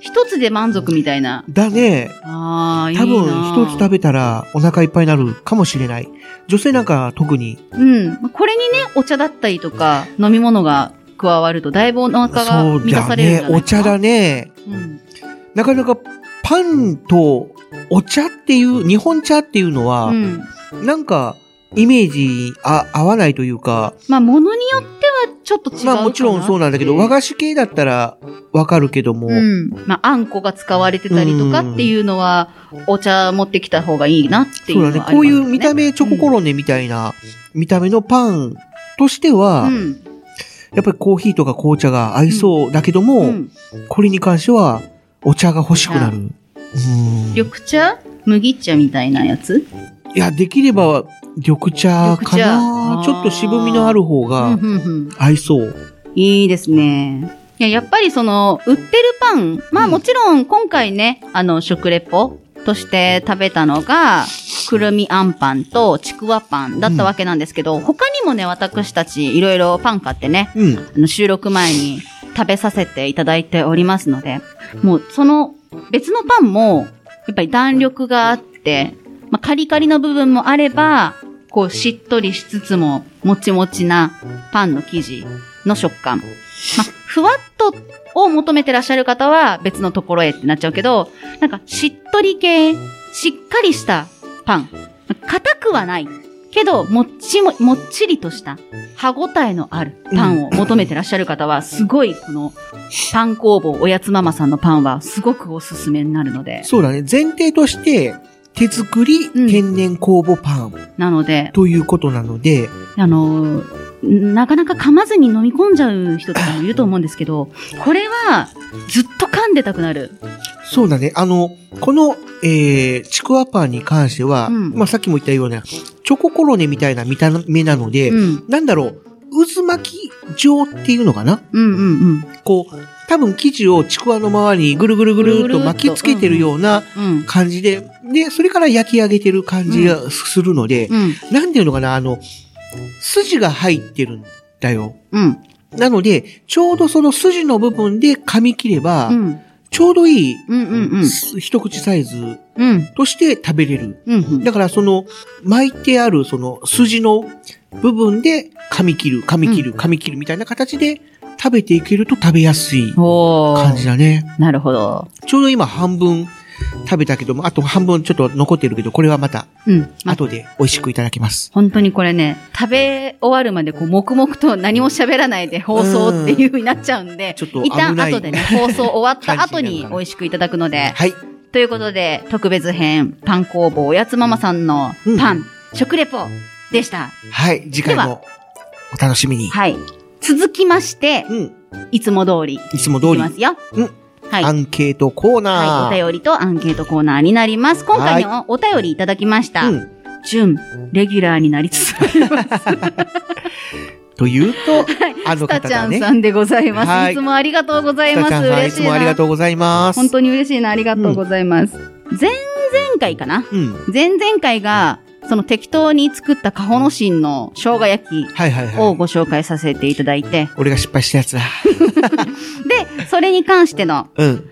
S1: 一つで満足みたいな。
S3: だね。
S1: ああ、いいな
S3: 多分一つ食べたらお腹いっぱいになるかもしれない。女性なんか特に
S1: うん。これにね、お茶だったりとか、飲み物が加わると、だいぶお腹が
S3: そう
S1: 満た
S3: だ
S1: されるん
S3: ね
S1: じ。ゃな
S3: お
S1: いか
S3: 茶
S1: な。
S3: だね。
S1: うん。
S3: なかなかパンとお茶っていう、日本茶っていうのは、
S1: うん。
S3: なんかイメージあ合わないというか、
S1: まあ、ものによってはちょっと違うかな
S3: まあもちろんそうなんだけど、和菓子系だったらわかるけども、
S1: うん。まあ、あんこが使われてたりとかっていうのは、お茶持ってきた方がいいなってい
S3: そうう
S1: のは
S3: だ
S1: あり
S3: ね
S1: ま。す
S3: こ
S1: よ
S3: う
S1: ね。
S3: いう見た目チョココロネみたいな見た目のパンとしては、
S1: うん。
S3: やっぱりコーヒーとか紅茶が合いそうだけども、
S1: うん。
S3: これに関してはお茶が欲しくなる。うん
S1: 緑茶麦茶みたいなやつ
S3: いや、できれば緑茶か
S1: 緑茶
S3: なちょっと渋みのある方
S1: うん
S3: が
S1: うんうん。
S3: 合いそう。
S1: いいですね。いや、やっぱりその、売ってるパン、まあもちろん今回ね、あの、食レポとして食べたのが、くるみあんパンとちくわパンだったわけなんですけど、他にもね、私たちいろいろパン買ってね、
S3: うん。
S1: あの収録前に食べさせていただいておりますので、もうその別のパンも、やっぱり弾力があって、まあ、カリカリの部分もあれば、こうしっとりしつつも、もちもちなパンの生地の食感。まあ、ふわっとを求めてらっしゃる方は別のところへってなっちゃうけど、なんかしっとり系、しっかりしたパン。硬くはない。けど、もっちも、もっちりとした、歯ごたえのあるパンを求めてらっしゃる方は、すごい、この、パン工房おやつママさんのパンは、すごくおすすめになるので。
S3: そうだね。前提として、手作り
S1: うん
S3: 天然酵母パン
S1: なので、
S3: ということなので、
S1: あのーなかなか噛まずに飲み込んじゃう人とかもいると思うんですけど、これは、ずっと噛んでたくなる。
S3: そうだね。あの、この、えー、ちくわパンに関しては、
S1: うん
S3: まあさっきも言ったような、チョココロネみたいな見た目なので、
S1: うん。
S3: なんだろう、渦巻き状っていうのかな
S1: うんうんうん。
S3: こう、多分生地をちくわの周りにぐるぐるぐるっと巻きつけてるような
S1: うん。
S3: 感じで、で、それから焼き上げてる感じがするので、
S1: うん。
S3: なんていうのかな、あの、筋が入ってるんだよ。
S1: うん。
S3: なので、ちょうどその筋の部分で噛み切れば、
S1: うん。
S3: ちょうどいい、
S1: うんうんうん。
S3: す一口サイズ
S1: うん。
S3: として食べれる。
S1: うんうん
S3: だからその、巻いてあるその筋の部分で噛み切る、噛み切る、噛み切るみたいな形で食べていけると食べやすい
S1: お
S3: 感じ
S1: ー。
S3: だね。
S1: なるほど。
S3: ちょうど今半分食べたけども、あと半分ちょっと残ってるけど、これはまた
S1: うん。ま
S3: 後で美味しくいただきます。
S1: 本当にこれね、食べ終わるまでこう黙々と何も喋らないで放送っていう風になっちゃうんで、
S3: ちょっと
S1: 一旦
S3: 危ない
S1: 後でね、放送終わった後
S3: 感じに
S1: に
S3: なるかな
S1: 美味しくいただくので、
S3: はい。
S1: ということで、特別編、パン工房おやつママさんのパン、
S3: う
S1: 食レポでした。
S3: はい。次回
S1: で
S3: もお楽しみに。
S1: はい。続きまして、
S3: うん。
S1: いつも通り、
S3: いつも通
S1: いき
S3: り、
S1: ますよ。
S3: うん
S1: はい
S3: ア。ンケートコーナー。
S1: はい、お便りとアンケートコーナーになります。今回のお便りいただきました。
S3: うん。
S1: 準、レギュラーになりつつあります。
S3: というと、あの
S1: スタ
S3: 方
S1: ちゃ
S3: だ
S1: ん
S3: ね。
S1: さんでございます。
S3: はい
S1: い、つもありがとうござい
S3: ス
S1: ま
S3: タ
S1: す。
S3: ちゃんさん、い
S1: 嬉し
S3: つ
S1: い
S3: もありが
S1: な。
S3: とうございます。
S1: 本当に嬉しいな。ありがとうございます。前々回かな
S3: うん。
S1: 前々回が、その適当に作ったカホノシンの生姜焼き
S3: はいはいは
S1: を
S3: い。
S1: ご紹介させていただいて、
S3: 俺が失敗したやつだ。
S1: で、それに関しての
S3: うん。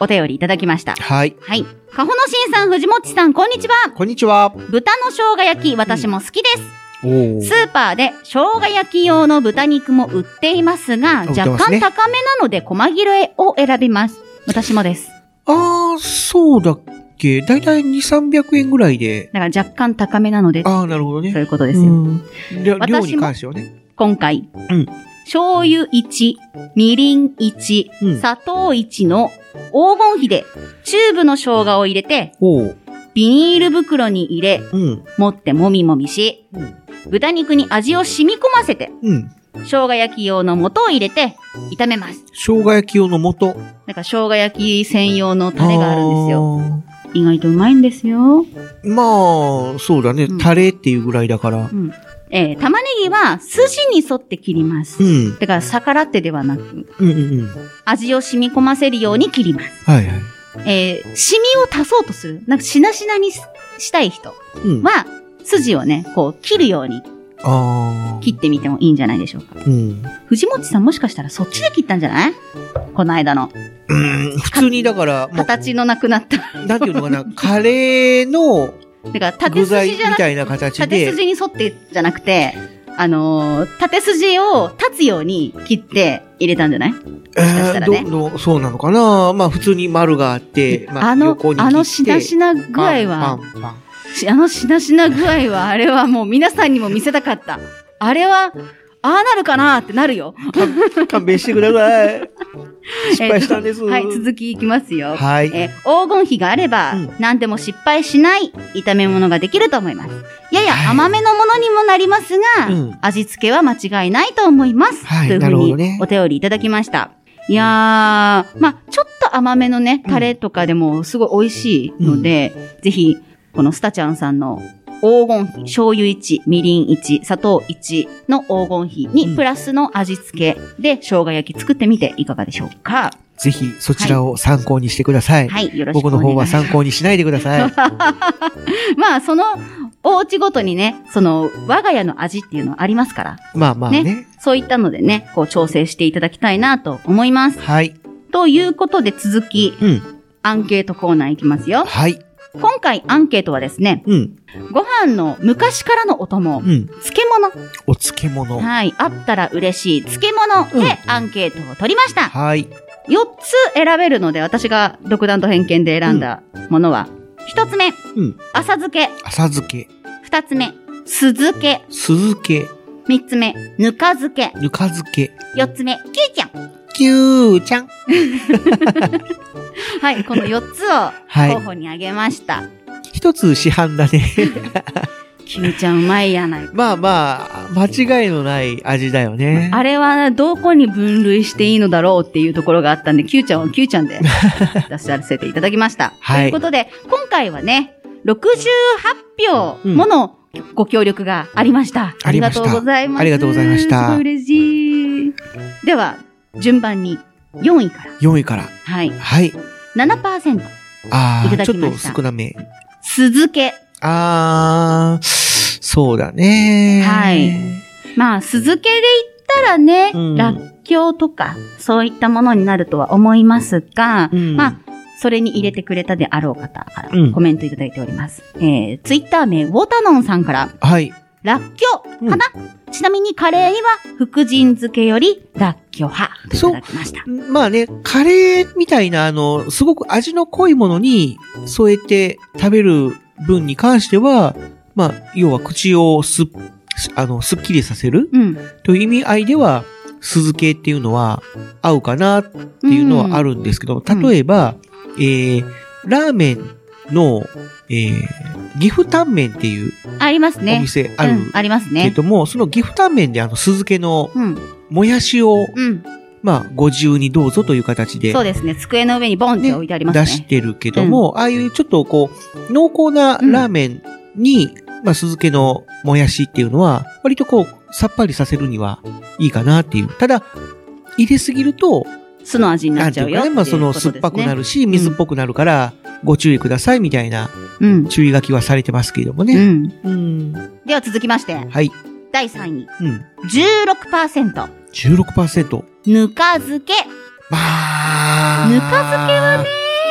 S1: お便りいただきました。
S3: はい。
S1: はい。カホノシンさん、藤もっちさん、こんにちは。
S3: こんにちは。
S1: 豚の生姜焼き、私も好きです。
S3: おー
S1: スーパーで生姜焼き用の豚肉も売っていますが、
S3: 売って
S1: 若
S3: ます
S1: 干
S3: ね
S1: 高めなので、細切れを選びます。私もです。
S3: あー、そうだっけ。だいたい2、300円ぐらいで。
S1: だから若干高めなので、
S3: あー、なるほど
S1: とい
S3: ね。
S1: うことですよ。
S3: うん。りょ量
S1: 私も
S3: に関してはね。
S1: 今回、
S3: ん
S1: 醤油1、みりん1、
S3: うん
S1: 砂糖1の黄金比で、チューブの生姜を入れて、
S3: おー。
S1: ビニール袋に入れ、
S3: うん。
S1: 持ってもみもみし、
S3: うん
S1: 豚肉に味を染み込ませて、
S3: うん。
S1: 生姜焼き用の素を入れて、炒めます。
S3: 生姜焼き用の素。
S1: なんか生姜焼き専用のタレがあるんですよ。
S3: よ。
S1: 意外とうまいんですよ。
S3: まあ、そうだね
S1: うん。
S3: タレっていうぐらいだから。
S1: うん。えー玉ねぎは筋に沿って切ります。
S3: うん。
S1: だから逆らってではなく、
S3: うんうんうん。
S1: 味を染み込ませるように切ります。
S3: はいはい。
S1: えー染みを足そうとする。なんかしなしなにししたい人
S3: うん。
S1: は、筋をね、こう切るように
S3: ああ。
S1: 切ってみてもいいんじゃないでしょうか。
S3: うん。
S1: 藤本さんもしかしたらそっちで切ったんじゃないこの間の。
S3: うん普通にだから、ま
S1: 形のなくなった。
S3: あ、なんていうのかな、 カレーの
S1: だから縦
S3: 具材
S1: 筋
S3: み
S1: じゃなく
S3: たいな形
S1: 縦
S3: で、
S1: 筋に沿ってじゃなくて、あのー縦筋を立つように切って入れたんじゃない
S3: え
S1: しかしたらね
S3: ーどどそうなのかなまあ普通に丸があって、ま
S1: あの
S3: 横、に切って
S1: あのしなしな具合は、
S3: パンパンパン
S1: しあのしなしな具合は、あれはもう皆さんにも見せたかった。あれは、ああなるかなってなるよ。
S3: 勘弁してく ださい。失敗したんです。
S1: はい、続きいきますよ。
S3: はい。
S1: え黄金比があれば、
S3: うん
S1: 何でも失敗しない炒め物ができると思います。や
S3: はい
S1: や甘めのものにもなりますが、
S3: うん
S1: 味付けは間違いないと思います。
S3: はい
S1: というふ
S3: なるほど
S1: うに
S3: ね
S1: お便りいただきました。いやー、まあちょっと甘めのね、タレとかでもすごい美味しいので、ぜひ、このスタちゃんさんの黄金比、醤油1、みりん1、砂糖1の黄金比
S3: う
S1: に
S3: ん
S1: プラスの味付けで生姜焼き作ってみていかがでしょうか。
S3: ぜひそちらを参考にしてください。
S1: はい、よろしくお
S3: 僕
S1: 願
S3: の
S1: いします。
S3: 方は参考にしないでく ださい。
S1: まあ、その、お家ごとにね、その、我が家の味っていうのはありますから、
S3: まあまあね。
S1: そういったのでね、こう調整していただきたいなと思います。
S3: はい。
S1: ということで続き、
S3: うん。
S1: アンケートコーナーいきますよ。
S3: はい。
S1: 今回アンケートはですね、
S3: うん。
S1: ご飯の昔からのお供、
S3: うん。
S1: 漬物、
S3: お漬物。
S1: はい、あったら嬉しい漬物でアンケートを取りました。
S3: はい。
S1: 4つ選べるので、私が独断と偏見で選んだものは、1つ目、
S3: うん。
S1: 浅漬け、
S3: 浅漬け、
S1: 2つ目、酢漬け、
S3: 酢漬け、
S1: 3つ目、ぬか漬け、
S3: ぬか漬け、
S1: 四つ目、キューちゃん。
S3: きゅーちゃん。
S1: はい、この四つを
S3: はい
S1: 候補にあげました。
S3: 一つ市販だ ね。
S1: キューちゃんうまいやないか。
S3: まあまあ、間違いのない味だよね。
S1: あれはどこに分類していいのだろうっていうところがあったんで、キューちゃんはキューちゃ んで出させていただきました。
S3: はい
S1: ということで、今回はね、68票ものご協力がありました。
S3: ありました
S1: ありがとうございます。
S3: ありがとうございました
S1: すごい嬉しい。では、順番に4位から。
S3: 4位から。
S1: はい。
S3: はい。
S1: 7%。
S3: あ
S1: いた
S3: あ、
S1: だ
S3: ち
S1: き
S3: ょっと
S1: ました
S3: 少なめ。
S1: 酢漬け。
S3: ああ、そうだね。
S1: はいまあ、酢漬けで言ったらね、
S3: うん
S1: らっきょうとか、そういったものになるとは思いますが、
S3: うん
S1: まあ、それに入れてくれたであろう方から
S3: うん
S1: コメントいただいております。えー、ツイッター名、ウォタノンさんから、
S3: はい。
S1: らっきょうかな、ちなみにカレーには、福神漬けより、らっきょう派といただきました。
S3: まあね、カレーみたいな、あの、すごく味の濃いものに添えて食べる分に関しては、まあ、要は口をすっ、あの、すっきりさせる
S1: うん。っ
S3: という意味合いでは、酢漬けっていうのは合うかなって
S1: て
S3: いうのはあるんですけど、
S1: うん
S3: 例えば、えー、ラーメンの、えー、岐阜タンメンっていう
S1: あります
S3: お
S1: ね。
S3: 店ある
S1: うん、あります
S3: け
S1: ね。
S3: ども、その岐阜タンメンであの酢漬けの
S1: うん。
S3: もやしを、
S1: うん。
S3: まあ、ご自由にどうぞという形で
S1: そうですね。机の上にボンって置いてありますね。
S3: 出してるけども、ああいうちょっとこう、濃厚なラーメンに、まあ、酢漬けのもやしっていうのは、割とこう、さっぱりさせるにはいいかなっていう。ただ、入れすぎると、
S1: 酢の味にな
S3: な
S1: っ
S3: んて
S1: ち
S3: い
S1: ゃ
S3: う
S1: う
S3: か
S1: よ
S3: ね、まあ、その
S1: っていう
S3: 酸
S1: こ
S3: っ
S1: と
S3: ぱくな
S1: で
S3: るし、水っぽくなるから、ご注意くださいみたいな
S1: すね。うん。
S3: 注意書きはされてますけれども
S1: う
S3: ね。
S1: ん。
S3: うん。
S1: では続きまして、
S3: はい。
S1: 第3位。
S3: うん。
S1: 16%。
S3: 16%。
S1: ぬか漬け。
S3: まあ。
S1: ぬか漬けはね、本当に
S3: ぬ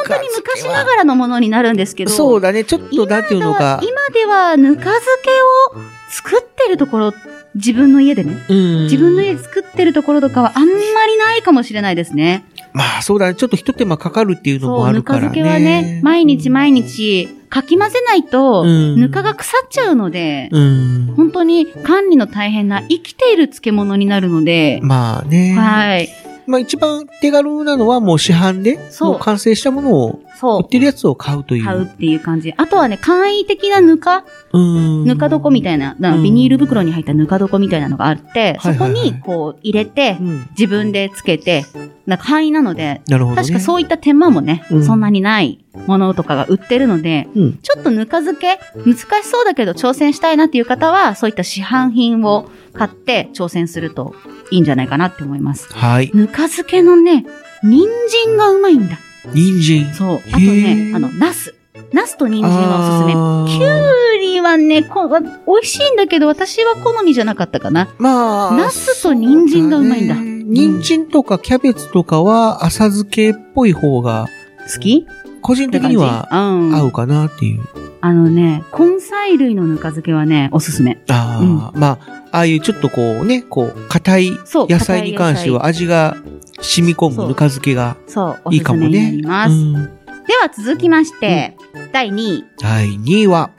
S3: 漬
S1: 昔
S3: けは
S1: ながらのものになるんですけど。
S3: そうだね。ちょっと、なんていうのか。
S1: 今ではぬか漬けを作ってるところ、自分の家でね。
S3: うん
S1: 自分の家で作ってるところとかはあんまりないかもしれないですね。
S3: まあそうだね。ちょっと一手間かかるっていうの
S1: そ
S3: も
S1: う、
S3: あ
S1: ぬ
S3: る
S1: か
S3: からね。
S1: 漬けはね、毎日毎日かき混ぜないと、
S3: うん
S1: ぬかが腐っちゃうので、
S3: うん。
S1: 本当に管理の大変な生きている漬物になるので、
S3: まあね。
S1: はい。
S3: まあ一番手軽なのはもう市販で、
S1: そう
S3: もう完成したものを、
S1: そ
S3: 売
S1: う
S3: っ。てるやつを買うという。
S1: 買うっていう感じ。あとはね、簡易的なぬか、
S3: うん。
S1: ぬか床みたいな、な
S3: うん
S1: ビニール袋に入ったぬか床みたいなのがあって、
S3: はいはいはい
S1: そこにこう入れて
S3: う、ん。
S1: 自分でつけて、なんか範囲なので、
S3: なるほど、ね。
S1: 確かそういった手間もね、
S3: うん
S1: そんなにないものとかが売ってるので、
S3: うん。
S1: ちょっとぬか漬け、難しそうだけど挑戦したいなっていう方は、そういった市販品を買って挑戦するといいんじゃないかなって思います。
S3: はい。
S1: ぬか漬けのね、人参がうまいんだ。
S3: 人参。
S1: そう。あと
S3: へ
S1: ね、
S3: ー
S1: あの、ナス。ナスと人参はおすすめ。
S3: あー
S1: きゅうりはね、こ美味しいんだけど、私は好みじゃなかったかな。
S3: まあ。
S1: ナスと人参がうまいんだ
S3: そうね人参とかキャベツとかは浅漬けっぽい方が、
S1: 好き
S3: 個人的には
S1: うん
S3: 合うかなっていう。
S1: あのね、根菜類のぬか漬けはね、おすすめ。
S3: ああ、まあ、ああいうちょっとこうね、こう、硬い
S1: そう
S3: 野菜に関しては味が染み込
S1: そ
S3: む
S1: う
S3: ぬか漬けが
S1: そう、おす
S3: いいか
S1: すめ
S3: も
S1: にな
S3: ね。
S1: ります。
S3: うん
S1: では続きまして、第2位、
S3: 第2位は、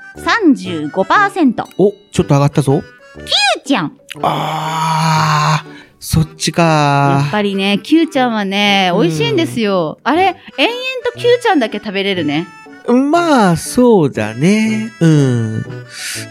S1: 35%。
S3: お、ちょっと上がったぞ。
S1: キューちゃん。
S3: ああ、そっち
S1: やっ
S3: か。
S1: ぱりね、キューちゃんはね、
S3: うん
S1: 美味しいんですよ。あれ、延々とキューちゃんだけ食べれるね。
S3: まあ、そうだね。うん。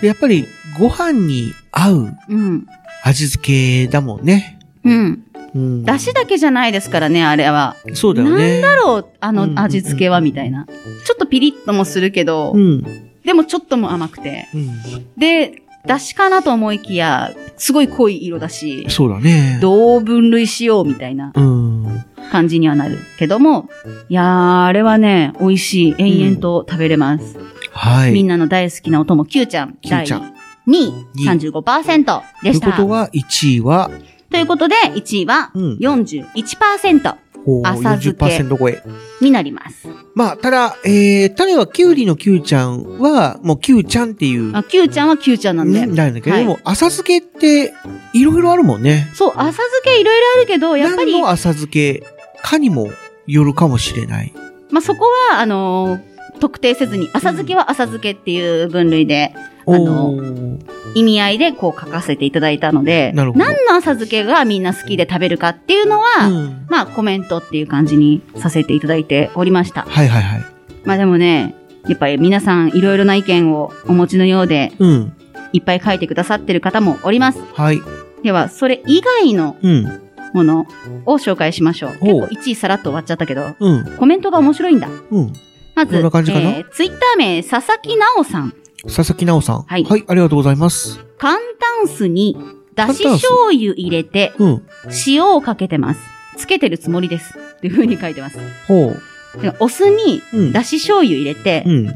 S3: やっぱり、ご飯に合う
S1: うん。
S3: 味付けだもんね。
S1: うん。
S3: うん。
S1: だしだけじゃないですからね、あれは。
S3: そうだよね。
S1: だろう、あ
S3: うん
S1: の味付けは、みたいな。ちょっとピリッともするけど、
S3: うん。
S1: でもちょっとも甘くて。
S3: うん。
S1: で、だしかなと思いきや、すごい濃い色だし、
S3: そうだね。
S1: どう分類しようみたいな
S3: うん。
S1: 感じにはなるけども、いやー、あれはね、美味しい。延々と食べれます。
S3: はい。
S1: みんなの大好きなお供、キューちゃん。
S3: キューちゃん
S1: 第2位、35%でし
S3: という
S1: た。
S3: ことは、1位は、
S1: ということで、1位は
S3: うん
S1: 41%
S3: おー
S1: 浅漬け
S3: 40%超え。
S1: になります。
S3: まあ、ただ、えー、種はキュウリのキュウちゃんは、もうキュウちゃんっていう、
S1: あ、キューちゃんはキューちゃんなんで。
S3: んだけど、
S1: はい
S3: でも、浅漬けって、いろいろあるもんね。
S1: そう、浅漬けいろいろあるけど、やっぱり
S3: 何、の浅漬けかにもよるかもしれない。
S1: まあ、そこは、あのー特定せずに、浅漬けは浅漬けっていう分類で、あの
S3: ー
S1: 意味合いでこう書かせていただいたので、
S3: なるほど
S1: 何の浅漬けがみんな好きで食べるかっていうのは、
S3: うん
S1: まあ、コメントっていう感じにさせていただいておりました。
S3: はいはいはい。
S1: まあでもね、やっぱり皆さんいろいろな意見をお持ちのようで、
S3: うん。
S1: いっぱい書いてくださってる方もおります。
S3: はい。
S1: では、それ以外の
S3: うん。
S1: ものを紹介しましょう。結
S3: ほう
S1: 構1位さらっと終わっちゃったけど、
S3: うん。
S1: コメントが面白いんだ。
S3: うん。
S1: まず、
S3: どんな感じかな
S1: えーツイッター名、佐々木直さん。
S3: 佐々木直さん。
S1: はい
S3: はい、ありがとうございます。
S1: 簡単酢に、だし醤油入れて、
S3: うん。
S1: 塩をかけてます。つけてるつもりです。っていう風に書いてます。
S3: ほう。
S1: でお酢に、
S3: うん。
S1: だし醤油入れて、
S3: うん。
S1: で、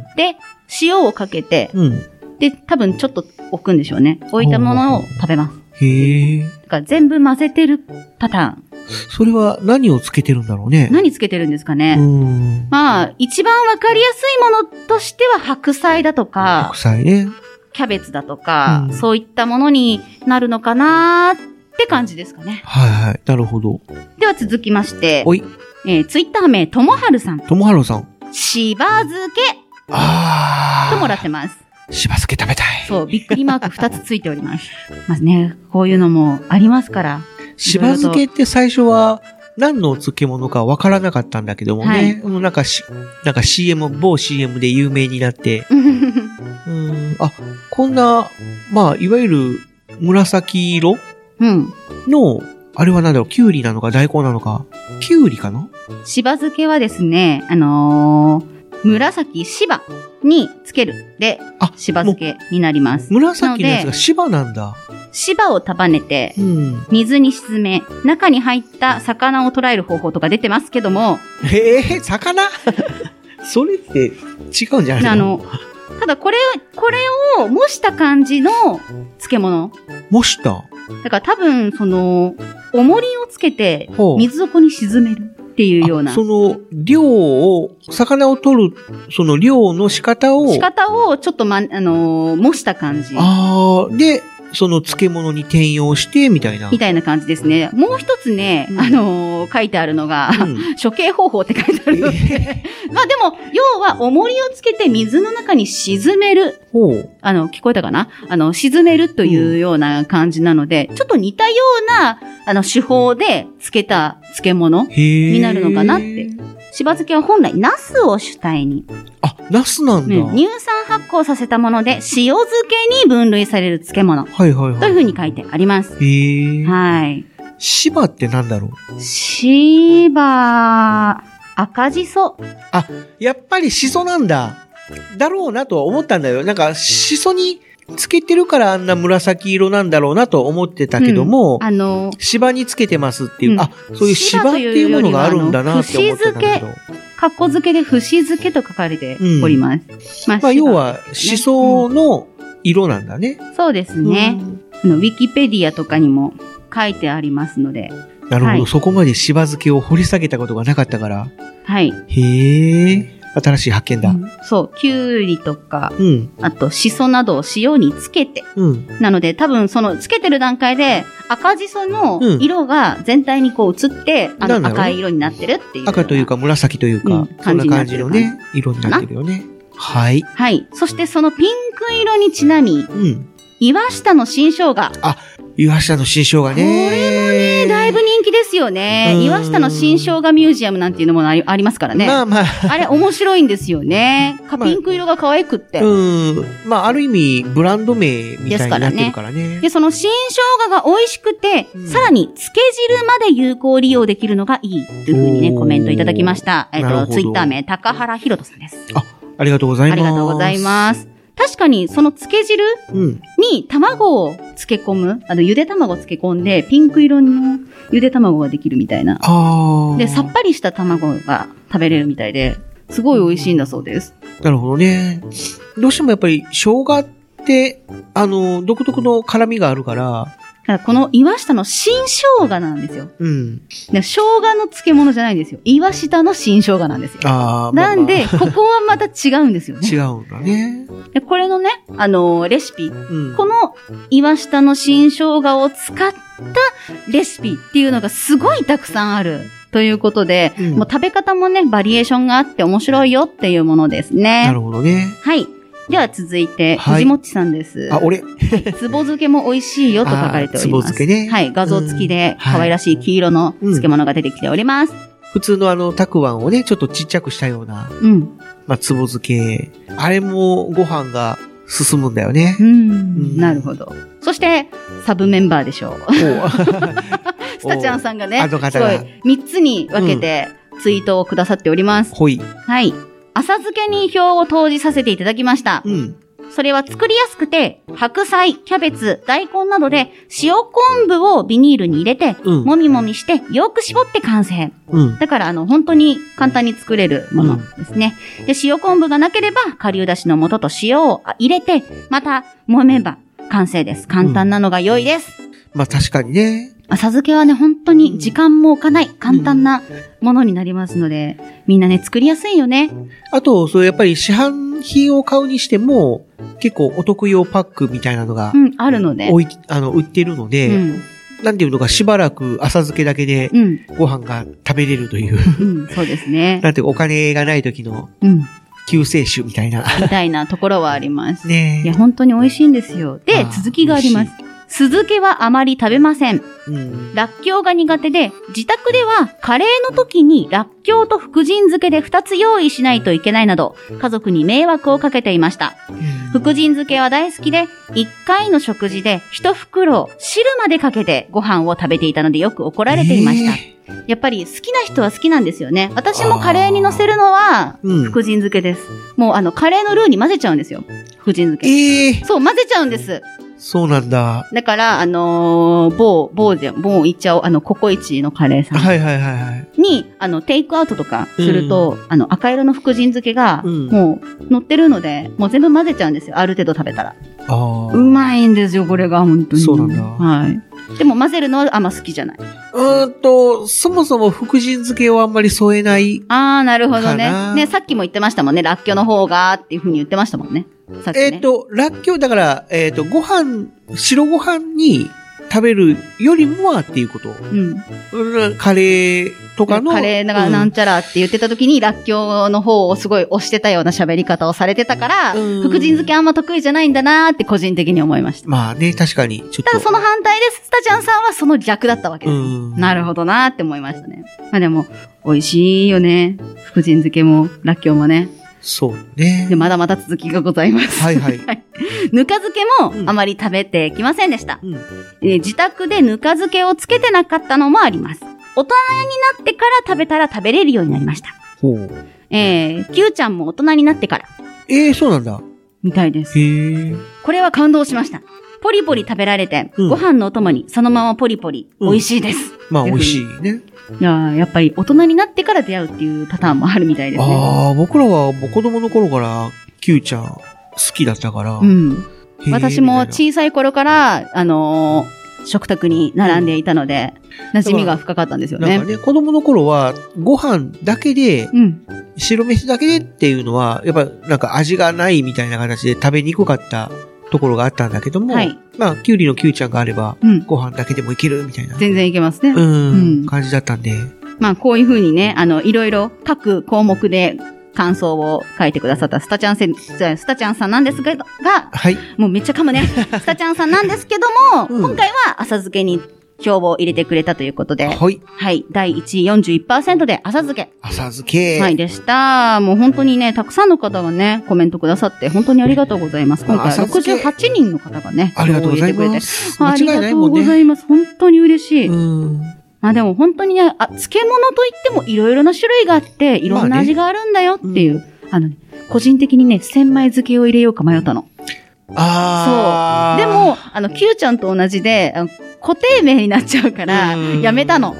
S1: 塩をかけて、
S3: うん。
S1: で、多分ちょっと置くんでしょうね。置いたものを食べます。
S3: へえ。
S1: だから全部混ぜてるパターン。
S3: それは何をつけてるんだろうね。
S1: 何つけてるんですかね。
S3: うん。
S1: まあ、一番わかりやすいものとしては白菜だとか
S3: 白、菜ね。
S1: キャベツだとか、
S3: うん
S1: そういったものになるのかなーって感じですかね。
S3: はいはい。なるほど。
S1: では続きまして
S3: お、い、
S1: えー、ツイッター名、ともはるさん、
S3: ともはろさん。
S1: しば漬け
S3: あー。
S1: ともらってます。
S3: しば漬け食べたい。
S1: そう、びっくりマーク2つついております。まあね、こういうのもあります から。
S3: しば漬けって最初は、何のお漬物かわからなかったんだけどもね。
S1: はい
S3: もうなんかし、なんか CM、某 CM で有名になって、うん、あ、こんな、まあ、いわゆる紫色
S1: うん。
S3: の、あれはなんだろう、キュウリなのか大根なのか、キュウリかな
S1: しば漬けはですね、あのー、紫しばにつける。で、
S3: あ、
S1: しば漬
S3: も
S1: けになります
S3: う。。紫のやつ
S1: なの
S3: が
S1: で
S3: しばなんだ。
S1: しばを束ねて
S3: う、ん。
S1: 水に沈め、中に入った魚を捉える方法とか出てますけども、
S3: へえ、魚 それって違うんじゃない
S1: あの、ただこれ、これを模した感じの漬物。
S3: 模した。
S1: だから多分、その、重りをつけて
S3: ほう、
S1: 水底に沈めるっていうような
S3: あその、量を、魚を取る、その量の仕方を、
S1: 仕方をちょっとま、あのー模した感じ。
S3: ああ、で、その漬物に転用して、みたいな。
S1: みたいな感じですね。もう一つね、
S3: うん
S1: あのー書いてあるのが、
S3: うん
S1: 処刑方法って書いてある ので。まあでも、要は、重りをつけて水の中に沈める
S3: ほう。
S1: あの、聞こえたかなあの、沈めるというような感じなので、ちょっと似たような、あの、手法で漬けた漬物。
S3: へえ。
S1: になるのかなって。しば漬けは本来、ナスを主体に、
S3: あ、ナスなんだ。
S1: うん乳酸発酵させたもので、塩漬けに分類される漬物。
S3: はいはい
S1: と
S3: は
S1: いう
S3: い。
S1: ふうに書いてあります。
S3: へえ。
S1: はい。
S3: 芝ってなんだろう
S1: しば、赤じそ。
S3: やっぱりシソなんだ。だろうなとは思ったんだよ。なんか、シソにつけてるからあんな紫色なんだろうなと思ってたけども、
S1: あの、
S3: 芝につけてますっていう、
S1: うん
S3: あ、そういう芝っていうものがあるんだなって思ってたんだけど。
S1: 格好付けで節付けと書かれております。
S3: まあ、
S1: し
S3: 要
S1: ば
S3: は、思想の色なんだね。
S1: そうですね。あのウィキペディアとかにも書いてありますので、
S3: なるほど、
S1: はい
S3: そこまで芝漬けを掘り下げたことがなかったから。
S1: はい。
S3: へえ、新しい発見だ。
S1: そう、きゅうりとか、
S3: うん、
S1: あと、しそなどを塩につけて。
S3: うん、
S1: なので、多分、その、つけてる段階で、赤じその
S3: うん
S1: 色が全体にこう映って、あ
S3: なん
S1: の、
S3: だろう
S1: 赤い色になってるっていう。
S3: 赤という。か紫というか、
S1: うん
S3: そんな感じのね、色に
S1: か
S3: な
S1: な
S3: ってるよね。はい。
S1: はい。そして、そのピンク色にちなみ、
S3: うん。
S1: 岩下の新生姜。
S3: 岩下の新生姜ね。
S1: これもね、だいぶ人気ですよね
S3: う。ん
S1: 岩下の新生姜ミュージアムなんていうのもありありますからね。
S3: まあまあ、
S1: あれ面白いんですよね。か
S3: まあ
S1: ピンク色が可愛くって。
S3: うん。まあ、ある意味、ブランド名みたいになってるからね。
S1: で、その新生姜が美味しくて、
S3: うん
S1: さらに漬け汁まで有効利用できるのがいいというふうにね、
S3: おー
S1: コメントいただきました。えっ
S3: なるほ
S1: と、
S3: ど
S1: ツイッター名、高原ひろとさんです。
S3: ありがとうござ
S1: あ
S3: います。
S1: りがとうございます。確かに、その漬け汁
S3: うん。
S1: に卵を漬け込む、あの、ゆで卵を漬け込んで、ピンク色のゆで卵ができるみたいな。
S3: ああ。
S1: で、さっぱりした卵が食べれるみたいで、すごい美味しいんだそうです。
S3: なるほどね。どうしてもやっぱり、生姜って、あの、独特の辛みがあるから、
S1: だからこの岩下の新生姜なんですよ。
S3: うん。
S1: で生姜の漬物じゃないんですよ。岩下の新生姜なんですよ。
S3: ああ、まあま
S1: な
S3: あ
S1: んで、ここはまた違うんですよね。
S3: 違うんだね。
S1: でこれのね、あのーレシピ。
S3: うん。
S1: この岩下の新生姜を使ったレシピっていうのがすごいたくさんある。ということで、
S3: うん
S1: もう食べ方もね、バリエーションがあって面白いよっていうものです
S3: な
S1: ね。
S3: るほどね。
S1: はい。では続いて、
S3: はい
S1: 藤もっちさんです。
S3: あ、俺、
S1: つぼ漬けも美味しいよと書かれております。
S3: あーつぼ漬けね
S1: はい。画像付きで
S3: うんはい
S1: 可愛らしい黄色の漬物が出てきております。
S3: 普通のあの、たくあんをね、ちょっとちっちゃくしたような、
S1: うん。
S3: まあ、つぼ漬け。あれもご飯が進むんだよね
S1: う。ん。
S3: ん
S1: なるほど。そして、サブメンバーでしょう。
S3: おう
S1: スタちゃんさんがね、
S3: あ
S1: す
S3: の
S1: ごい
S3: 方が
S1: 3つに分けてツイートをくださっております。
S3: ほい。
S1: はい。浅漬けに票を投じさせていただきました。
S3: うん。
S1: それは作りやすくて、白菜、キャベツ、大根などで塩昆布をビニールに入れて、
S3: うん
S1: もみもみしてよく絞って完成。
S3: うん。
S1: だから、あの、本当に簡単に作れるものですね。で、塩昆布がなければ、顆粒だしの素と塩を入れて、また、揉めば、完成です。簡単なのが良いです。
S3: まあ、確かにね。
S1: 浅漬けはね、本当に時間も置かない、簡単なものになりますので、みんなね、作りやすいよね。
S3: あと、そう、やっぱり市販品を買うにしても、結構お得用パックみたいなのが
S1: う、ん、あるので。
S3: おい、あの、売ってるの
S1: う
S3: で、
S1: ん、
S3: なんていうのか、しばらく浅漬けだけで
S1: うん、
S3: ご飯が食べれるという、
S1: うん、そうですね。
S3: なんていうかお金がない時の
S1: うん、
S3: 救世主み たいな。
S1: みたいなところはあります。
S3: ね
S1: いや、本当に美味しいんですよ。で
S3: あ、ー
S1: 続きがあります。酢漬けはあまり食べません。
S3: うん。
S1: らっきょうが苦手で、自宅ではカレーの時にらっきょうと福神漬けで2つ用意しないといけないなど、家族に迷惑をかけていました。福神漬けは大好きで、1回の食事で1袋を汁までかけてご飯を食べていたのでよく怒られていました。
S3: え
S1: やっぱり好きな人は好きなんですよね。私もカレーに乗せるのは
S3: ーうん。
S1: 福神漬けです。もうあのカレーのルーに混ぜちゃうんですよ。福神漬け。
S3: ええ
S1: そう、混ぜちゃうんです。
S3: そうなんだ。
S1: だから、あのー、某、某じゃ、某いっちゃおう、あの、ココイチのカレーさん。
S3: はいはいはいはい。
S1: に、あの、テイクアウトとかすると、あの、赤色の福神漬けが、
S3: うん
S1: もう、乗ってるので、もう全部混ぜちゃうんですよ。ある程度食べたら。
S3: ああ。
S1: うまいんですよ、これが、本当に。
S3: そうなんだ
S1: はい。でも混ぜるのはあんま好きじゃない。
S3: うーんと、そもそも福神漬けをあんまり添えない。
S1: あー、なるほど
S3: かな
S1: ね。ね、さっきも言ってましたもんね。らっきょうの方が、っていうふうに言ってましたもんね。さっきね。
S3: えっ、と、らっきょう、だから、えっ、と、ご飯、白ご飯に食べるよりもはっていうこと。
S1: うん。
S3: うん、カレーとかの。
S1: カレーだから
S3: うん
S1: なんちゃらって言ってた時に、らっきょうの方をすごい押してたような喋り方をされてたから、
S3: うん
S1: 福神漬けあんま得意じゃないんだなーって個人的に思いました。
S3: まあね、確かに、ちょ
S1: ただ
S3: っと。
S1: その反対です。スタちゃんさんはその逆だったわけです。
S3: うん
S1: なるほどなーって思いましたね。まあでも、美味しいよね。福神漬けも、らっきょうもね。
S3: そうね。
S1: で、まだまだ続きがございます。
S3: はいはい。
S1: ぬか漬け
S3: う
S1: も
S3: ん
S1: あまり食べてきませんでした。
S3: うん
S1: えー自宅でぬか漬けをつけてなかったのもあります。大人になってから食べたら食べれるようになりました。
S3: ほう。
S1: えー、キューちゃんも大人になってから、
S3: ええそうなんだ。
S1: みたいです。
S3: へえ。
S1: これは感動しました。ポリポリ食べられて、
S3: うん
S1: ご飯のお供にそのままポリポリ、
S3: うん
S1: 美味しいです。
S3: まあ、美味しいね。
S1: いやーやっぱり大人になってから出会うっていうパターンもあるみたいですね。
S3: ああ、僕らはもう子供の頃から、キューちゃん好きだったから。
S1: うん。
S3: へー
S1: 私も小さい頃から、あのー食卓に並んでいたので、馴染みが深かったんですよ
S3: なん
S1: ね
S3: か。ね、子供の頃は、ご飯だけで、
S1: うん。
S3: 白飯だけでっていうのは、やっぱなんか味がないみたいな形で食べにくかったところがあったんだけども、
S1: はい
S3: まあ、キュウリのキュウちゃんがあれば、
S1: うん。
S3: ご飯だけでもいけるみたいな。
S1: 全然いけますね。
S3: うん、
S1: うん
S3: 感じだったんで。
S1: まあ、こういうふうにね、あの、いろいろ各項目で感想を書いてくださったスタちゃんせん、スタちゃんさんなんですけど、が、
S3: はい。
S1: もうめっちゃ噛 むね。スタちゃんさんなんですけども、
S3: うん
S1: 今回は浅漬けに票を入れてくれたということで、
S3: はい。
S1: はい、第1位41%で浅漬け。
S3: 浅漬け。
S1: はい、でした。もう本当にね、たくさんの方がね、コメントくださって、本当にありがとうございます。今回
S3: 浅漬け
S1: 68人の方がね、
S3: ありがとうござい
S1: 票を入れてくれて。
S3: ます。
S1: あ
S3: 間
S1: り
S3: 違い
S1: が
S3: ない
S1: と
S3: も
S1: うんござ
S3: ね。
S1: います。本当に嬉しい。
S3: うん。
S1: まあでも本当にね、あ、漬物といってもいろいろな種類があって、いろん
S3: ま
S1: な
S3: あね
S1: 味があるんだよっていう。あのね、個人的にね、千枚漬けを入れようか迷ったの。
S3: ああ。
S1: で、も、あの、キューちゃんと同じで、あの固定名になっちゃうから、
S3: うん
S1: やめたの。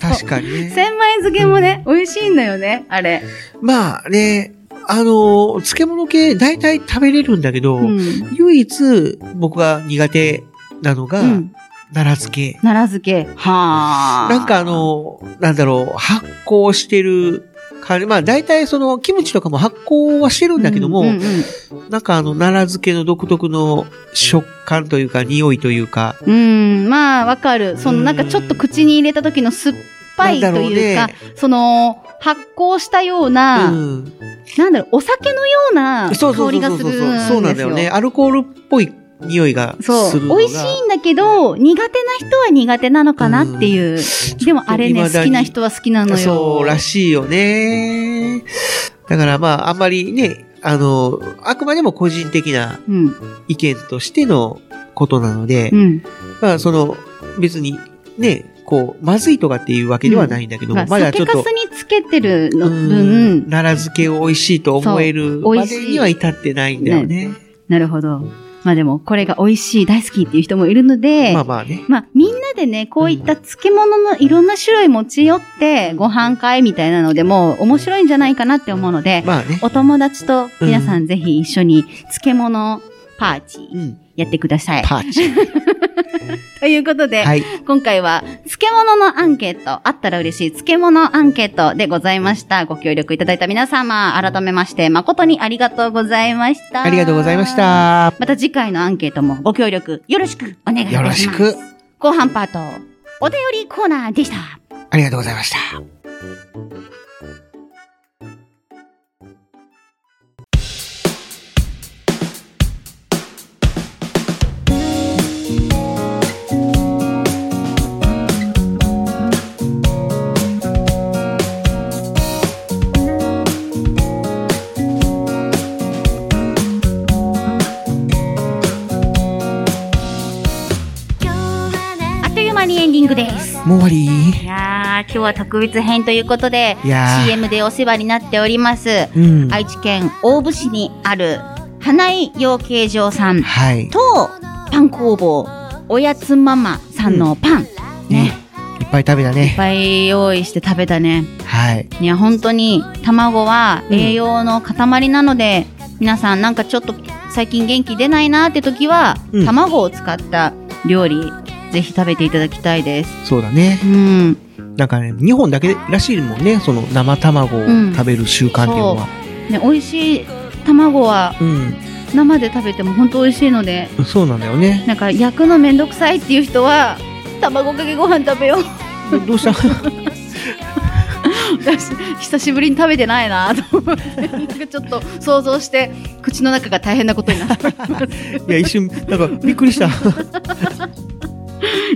S3: 確かにね。
S1: 千枚漬けもね、美味しいんだよね、あれ。
S3: まあね、あのー、漬物系大体食べれるんだけど、
S1: うん。
S3: 唯一僕が苦手なのが、
S1: うん。
S3: 奈良漬け。
S1: 奈良漬け。はあ。
S3: なんかあ、の、なんだろう、発酵してる感じ。まあ大体そのキムチとかも発酵はしてるんだけども、
S1: うんうん
S3: なんかあの奈良漬けの独特の食感というか匂いというか、
S1: うん、まあ、わかる。その、なんかちょっと口に入れた時の酸っぱいと
S3: なんだろう
S1: いうか、
S3: ね
S1: その、発酵したよう
S3: う
S1: な、
S3: ん。
S1: なんだろう、お酒のような香
S3: そうそう
S1: り
S3: そ
S1: が
S3: う
S1: す
S3: そ
S1: るん
S3: う
S1: です
S3: そ
S1: よ。
S3: う。そうなんだよね。。アルコールっぽい匂いがする
S1: そう。
S3: のが。
S1: 美味しいんだけど、苦手な人は苦手なのかなっていう。でもあれね、
S3: 未だ
S1: 好
S3: に
S1: きな人は好きなのよ。
S3: そうらしいよね。だからまああんまりね、あの、あくまでも個人的な
S1: うん。
S3: 意見としてのことなので、
S1: うん。
S3: まあ、その、別に、ね、こう、まずいとかっていうわけではないんだけども、
S1: まあ、
S3: まだちょ
S1: 酒
S3: っと
S1: 粕、につけてるの
S3: うん
S1: 分、
S3: 奈良漬けを美味しいと思える
S1: そう美
S3: ま
S1: 味しい
S3: でには至ってないんだよね。
S1: なるほど。まあでも、これが美味しい、大好きっていう人もいるので、
S3: ま
S1: ま
S3: あ
S1: あ
S3: まあね。
S1: みんなでね、こういった漬物のいろんな種類持ち寄って、ご飯会みたいなのでも面白いんじゃないかなって思うので、
S3: まあね。
S1: お友達と皆さんぜひ一緒に漬物パーティ
S3: う
S1: ー
S3: ん。
S1: やってください。
S3: パーチ。
S1: ということで、
S3: はい。
S1: 今回は漬物のアンケート、あったら嬉しい漬物アンケートでございました。ご協力いただいた皆様、改めまして誠にありがとうございました。
S3: ありがとうございまし。た。
S1: また次回のアンケートもご協力よろしくお願いいたし
S3: よろ
S1: ます。
S3: しく。
S1: 後半パート、お便りコーナーでした。
S3: ありがとうございました。
S1: あっという間にエンディングです。
S3: もう終わり
S1: いやー、今日は特別編ということで、
S3: いやー
S1: CM でお世話になっております。
S3: うん。
S1: 愛知県大府市にある花井養鶏場さん
S3: はい。
S1: とパン工房おやつママさんのパン、
S3: ね
S1: ね。
S3: いっぱい食べた
S1: いっ
S3: ね。
S1: ぱい用意して食べたね
S3: はい。
S1: いや本当に卵は栄養の塊なので、皆さんなんかちょっと最近元気出ないなーって時は、
S3: うん
S1: 卵を使った料理ぜひ食べていただきたいです
S3: そうだね。
S1: うん
S3: なんかね、日本だけらしいもんね。その生卵を食べる習慣っていうのは。
S1: ね美味しい卵は生で食べても本当美味しいので
S3: うん。そうなんだよね。
S1: なんか焼くのめんどくさいっていう人は卵かけご飯食べよう
S3: どどうした
S1: 私 久しぶりに食べてないなと思ってなんかちょっと想像して口の中が大変なことになってます
S3: いや、一瞬、なんか、びっくりした。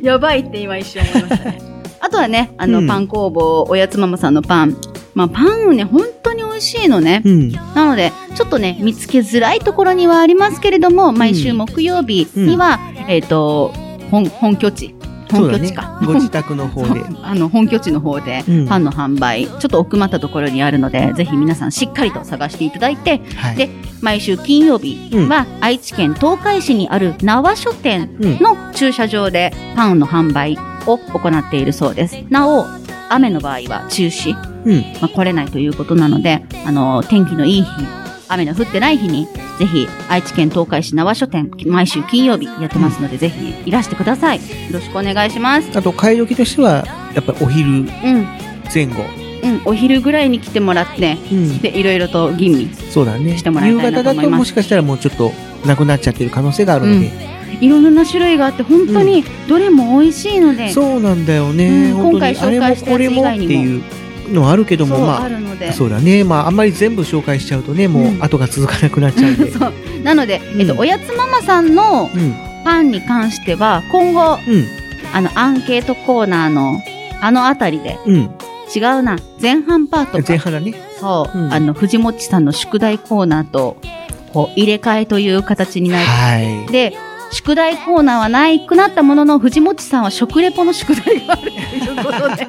S1: やばいって今一瞬思いましたね あとはねあの、
S3: うん
S1: パン工房おやつママさんのパンまあパンね本当に美味しいのね
S3: うん。
S1: なのでちょっとね見つけづらいところにはありますけれども毎週木曜日には、えっ、と本本拠地
S3: そう
S1: 本
S3: だ
S1: 拠地
S3: ね
S1: か。。
S3: ご自宅の方で。
S1: あの本拠地の方で
S3: うん
S1: パンの販売、ちょっと奥まったところにあるのでぜひ皆さんしっかりと探していただいて
S3: はい。
S1: で毎週金曜日は愛知県東海市にある縄書店
S3: うん。
S1: の駐車場でパンの販売を行っているそうですなお雨の場合は中止、
S3: うん
S1: まあ、来れないということなのであの天気のいい日雨の降ってない日にぜひ愛知県東海市縄書店毎週金曜日やってますので、ぜひいらしてくださいよろしくお願いします
S3: あと、買い時としては、やっぱりお昼
S1: うん
S3: 前後。
S1: うん、お昼ぐらいに来てもらって、
S3: うん。
S1: で、いろいろと吟味。
S3: そうだね。
S1: してもらい
S3: 夕
S1: たい
S3: 方
S1: なと思
S3: だ
S1: います
S3: ともしかしたらもうちょっとなくなっちゃってる可能性があるので。
S1: いろんな種類があって、本当にどれも美味しいので、
S3: そうなんだよね。
S1: うん
S3: 本当
S1: 今回
S3: にあれ
S1: 紹介
S3: も
S1: した
S3: これもっていうのはあるけど
S1: そう
S3: も、
S1: あ
S3: ま
S1: るので。
S3: あ、そうだね。まあ、あんまり全部紹介しちゃうとね、も
S1: う
S3: う後が続かなくなっちゃうんで。
S1: そうなので、えっと、
S3: うん
S1: おやつママさんの
S3: うん。
S1: パンに関しては、今後、
S3: うん。
S1: あの、アンケートコーナーの、あのあたりで、
S3: うん。
S1: 違うな、前半パート
S3: 前
S1: か、
S3: 半だね。
S1: そう、
S3: うん
S1: あの、藤もっちさんの宿題コーナーと、こう、入れ替えという形になって
S3: はい。
S1: で、宿題コーナーはないくなったものの、藤本さんは食レポの宿題があるということ で、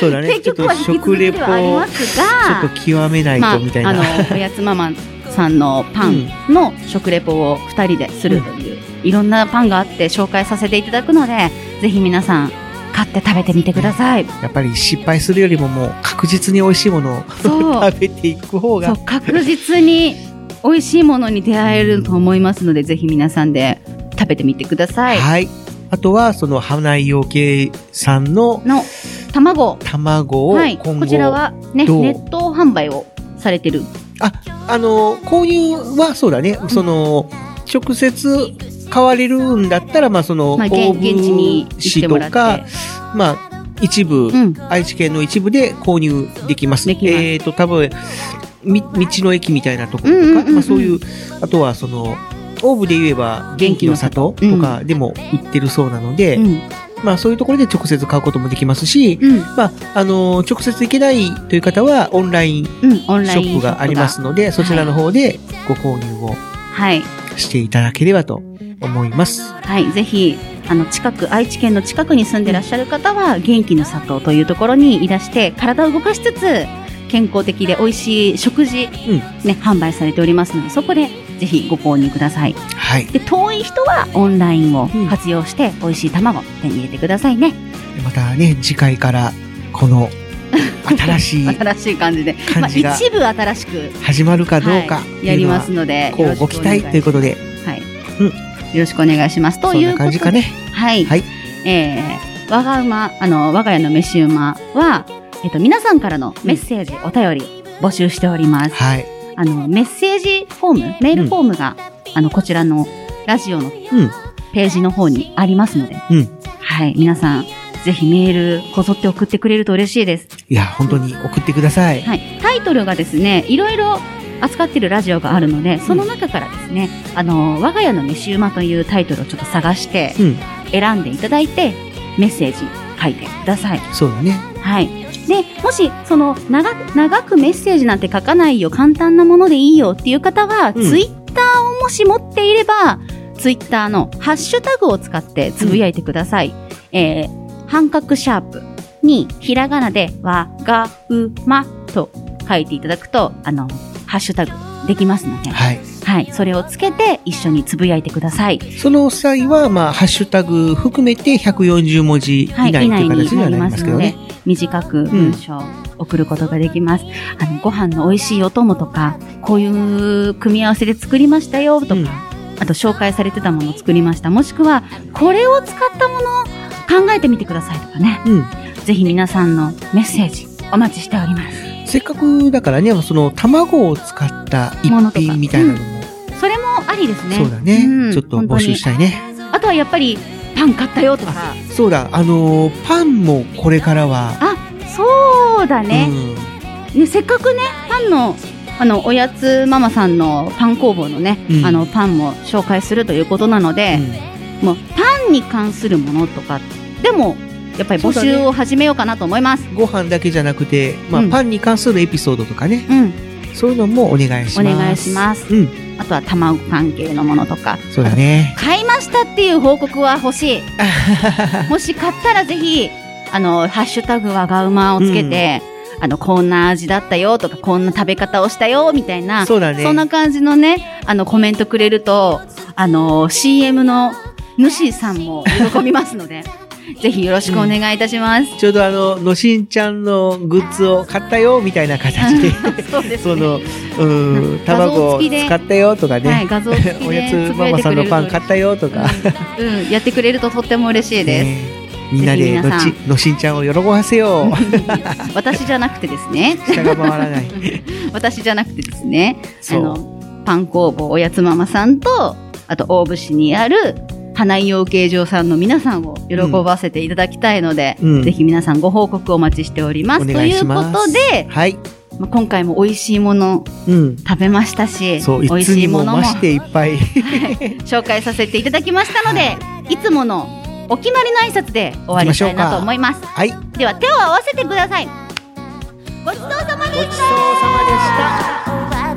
S3: そうだね。
S1: 結
S3: ちょ
S1: 局
S3: っと
S1: は引き続
S3: 食
S1: き
S3: レ
S1: で
S3: ポ
S1: はありま
S3: を
S1: す
S3: ちょ
S1: が
S3: っ、と極めない
S1: まあ
S3: とみたい、
S1: あ
S3: な。
S1: の、おやつママさんのパンの食レポを二人でするという、いろんなパンがあって紹介させていただくので、ぜひ皆さん、買って食べてみてくだ さい。
S3: やっぱり失敗するよりももう確実に美味しいものを
S1: そう
S3: 食べていく
S1: そ
S3: 方が
S1: う、確実に美味しいものに出会えると思いますので、ぜひ皆さんで食べてみてください。
S3: はい。あとは、その、花井養鶏さんの
S1: の、卵。
S3: 卵を
S1: はい、
S3: 今後、
S1: こちらはね
S3: どう
S1: ネット販売をされてる
S3: あの、購入はそうだね、その、直接買われるんだったら、まあ、その、
S1: まあ現
S3: 神戸
S1: 現地に行ってもらって
S3: 市とか、まあ、一
S1: う
S3: 部、
S1: ん
S3: 愛知県の一部で購入できます。
S1: できます
S3: えっ、と、多分、み道の駅みたいなところと
S1: うんうん
S3: か、
S1: うんうん
S3: まあ、そういう、あとはその、オーブで言えば、元気の
S1: 元気
S3: 里と
S1: の里
S3: かでも売ってるそうなので、
S1: うん
S3: まあそういうところで直接買うこともできますし、
S1: うん
S3: まあ、あの直接行けないという方は、オンラインシ
S1: うんオンライ
S3: ョ
S1: ン
S3: ップがありますので、そちらの方でご購入を
S1: はい
S3: していただければと思います。
S1: はいぜひあの近く愛知県の近くに住んでらっしゃる方は元気の里というところにいらして体を動かしつつ健康的で美味しい食事、
S3: うん
S1: ね販売されておりますのでそこでぜひご購入ください
S3: はい。
S1: で遠い人はオンラインを活用して美味しい卵手に入れてくださいね、
S3: またね、次回から、この、新しい
S1: 新しい感じでまあ、
S3: 感じが
S1: 一部新しく
S3: 始まるかどうか、
S1: はい、やります。ので
S3: こうご期待ということで、
S1: はい。
S3: うん
S1: よろしくお願いします。と
S3: そん
S1: いう
S3: な
S1: こと
S3: 感
S1: で、
S3: じかね。
S1: はい。
S3: はい
S1: えー、我が馬、あの、我が家の飯馬は、えっと、皆さんからのメッセージ、お便り、募集しております。
S3: はい。
S1: あの、メッセージフォーム、メールフォームが、あの、こちらのラジオの
S3: うん。
S1: ページの方にありますので、
S3: うん。
S1: はい。皆さん、ぜひメール、こぞって送ってくれると嬉しいです。
S3: いや、本当に送ってください。
S1: はい、タイトルがですねいろいろ扱ってるラジオがあるのでその中からですね「あの我が家の飯馬」というタイトルをちょっと探して
S3: うん。
S1: 選んでいただいてメッセージ書いてください。
S3: そうだね。
S1: はい、でもしその長く長くメッセージなんて書かないよ簡単なものでいいよっていう方は、
S3: うん
S1: ツイッターをもし持っていればツイッターのハッシュタグを使ってつぶやいてください。えー、半角シャープにひらがなでわがうまと書いていただくとあのハッシュタグできますので、
S3: はい。
S1: はい、それをつけて一緒につぶやいてください。
S3: その際は、まあ、ハッシュタグ含めて140文字以
S1: はい、
S3: 内と
S1: 以内
S3: いう形
S1: に
S3: に
S1: な
S3: は
S1: り
S3: なり
S1: ま
S3: ます
S1: す
S3: け
S1: の
S3: ど
S1: で
S3: ね。、
S1: 短く文章を送ることができます、あの、ご飯の美味しいお供とか、こういう組み合わせで作りましたよとか、
S3: うん
S1: あと紹介されてたものを作りました。もしくは、これを使ったものを考えてみてくださいとかね。
S3: うん。
S1: ぜひ皆さんのメッセージお待ちしております。
S3: せっかくだからね、その卵を使った一
S1: ものとか
S3: 品みたいなのも、
S1: それもありですね。
S3: そうだね、
S1: うん
S3: ちょっと募集し
S1: 本
S3: たいね。
S1: 当にあとはやっぱり、パン買ったよとか。
S3: そうだ、あのーパンもこれからは、
S1: あ、そうだね。
S3: うん
S1: ね、せっかくねパンのあのおやつママさんのパン工房のね、
S3: うん
S1: あのパンも紹介するということなので、もうパンに関するものとかでもやっぱり募
S3: そうだ
S1: 集
S3: ね
S1: を始めようかなと思います。
S3: うんご飯だけじゃなくて、まあ、
S1: うん
S3: パンに関するエピソードとかね、
S1: うん、
S3: そういうのもお願いします。
S1: お願いします
S3: うん。
S1: あとは卵関係のものとか、
S3: そうだね。
S1: 買いましたっていう報告は欲しい。もし買ったらぜひ、あの、ハッシュタグわがうまをつけて、あの、こんな味だったよとか、こんな食べ方をしたよ、みたいな、
S3: そうだね。
S1: そんな感じのね、あの、コメントくれると、あの、CM の主さんも喜びますので、 ぜひよろしくお願いいたします。
S3: ちょうどあの、のしんちゃんのグッズを買ったよ、みたいな形で、
S1: そうです
S3: そ
S1: ね。
S3: の、うーん、
S1: 画像
S3: 卵を
S1: 付きで
S3: 使ったよとかね、
S1: はい、画像付きで
S3: おやつ
S1: つぶ
S3: マ
S1: やい
S3: マ
S1: て
S3: さ
S1: くれ
S3: んの
S1: る
S3: パン買ったよとか、
S1: と、うん、やってくれるととっても嬉しいです。
S3: ねみんなでのち
S1: ぜひ皆
S3: のしんちゃんを喜ばせ よう。
S1: 私じゃなくてですね。
S3: 下が回らない。
S1: 私じゃなくてですね。あ
S3: そう
S1: の、パン工房おやつママさんと、あと大府市にある花井養鶏場さんの皆さんを喜ばせていただきたいので、
S3: うん
S1: ぜひ皆さんご報告お待ちしております。
S3: お願いします
S1: というこ
S3: はい。
S1: とで、まあ、今回も美味しいもの
S3: うん。
S1: 食べましたし、
S3: そう、
S1: 美
S3: い
S1: 味
S3: つ
S1: しい
S3: に
S1: も
S3: も
S1: のも
S3: 増していっぱい。
S1: 紹介させていただきましたので、いつものお決まりの挨拶で終わりたいなと思います。
S3: はい。ごち
S1: では手を合わせてください。ごちそうさまで
S3: そうさま
S1: し
S3: で
S1: た。
S3: した。
S4: 「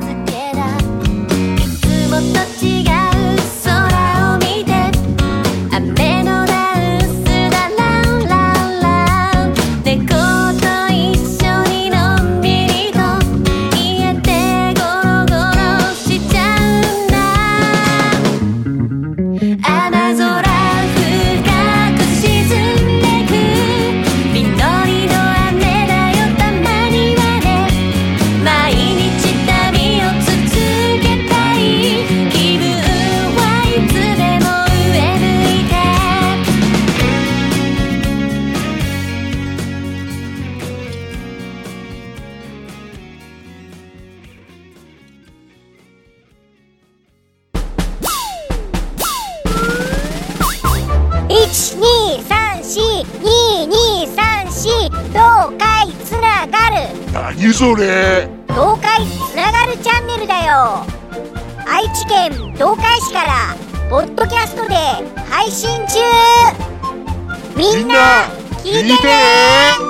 S4: いつもと違う空を見て」「雨のダンスだランランラン」「猫と一緒にのんびりと家でゴロゴロしちゃうんだ」「あなぞら深く沈んでく」「緑の雨だよたまにはね」毎日旅を続けたい気分はいつでも上向いて
S9: 1234東海つながる
S8: 何それ
S9: 東海つながるチャンネルだよ愛知県東海市からポッドキャストで配信中みんな聞いてね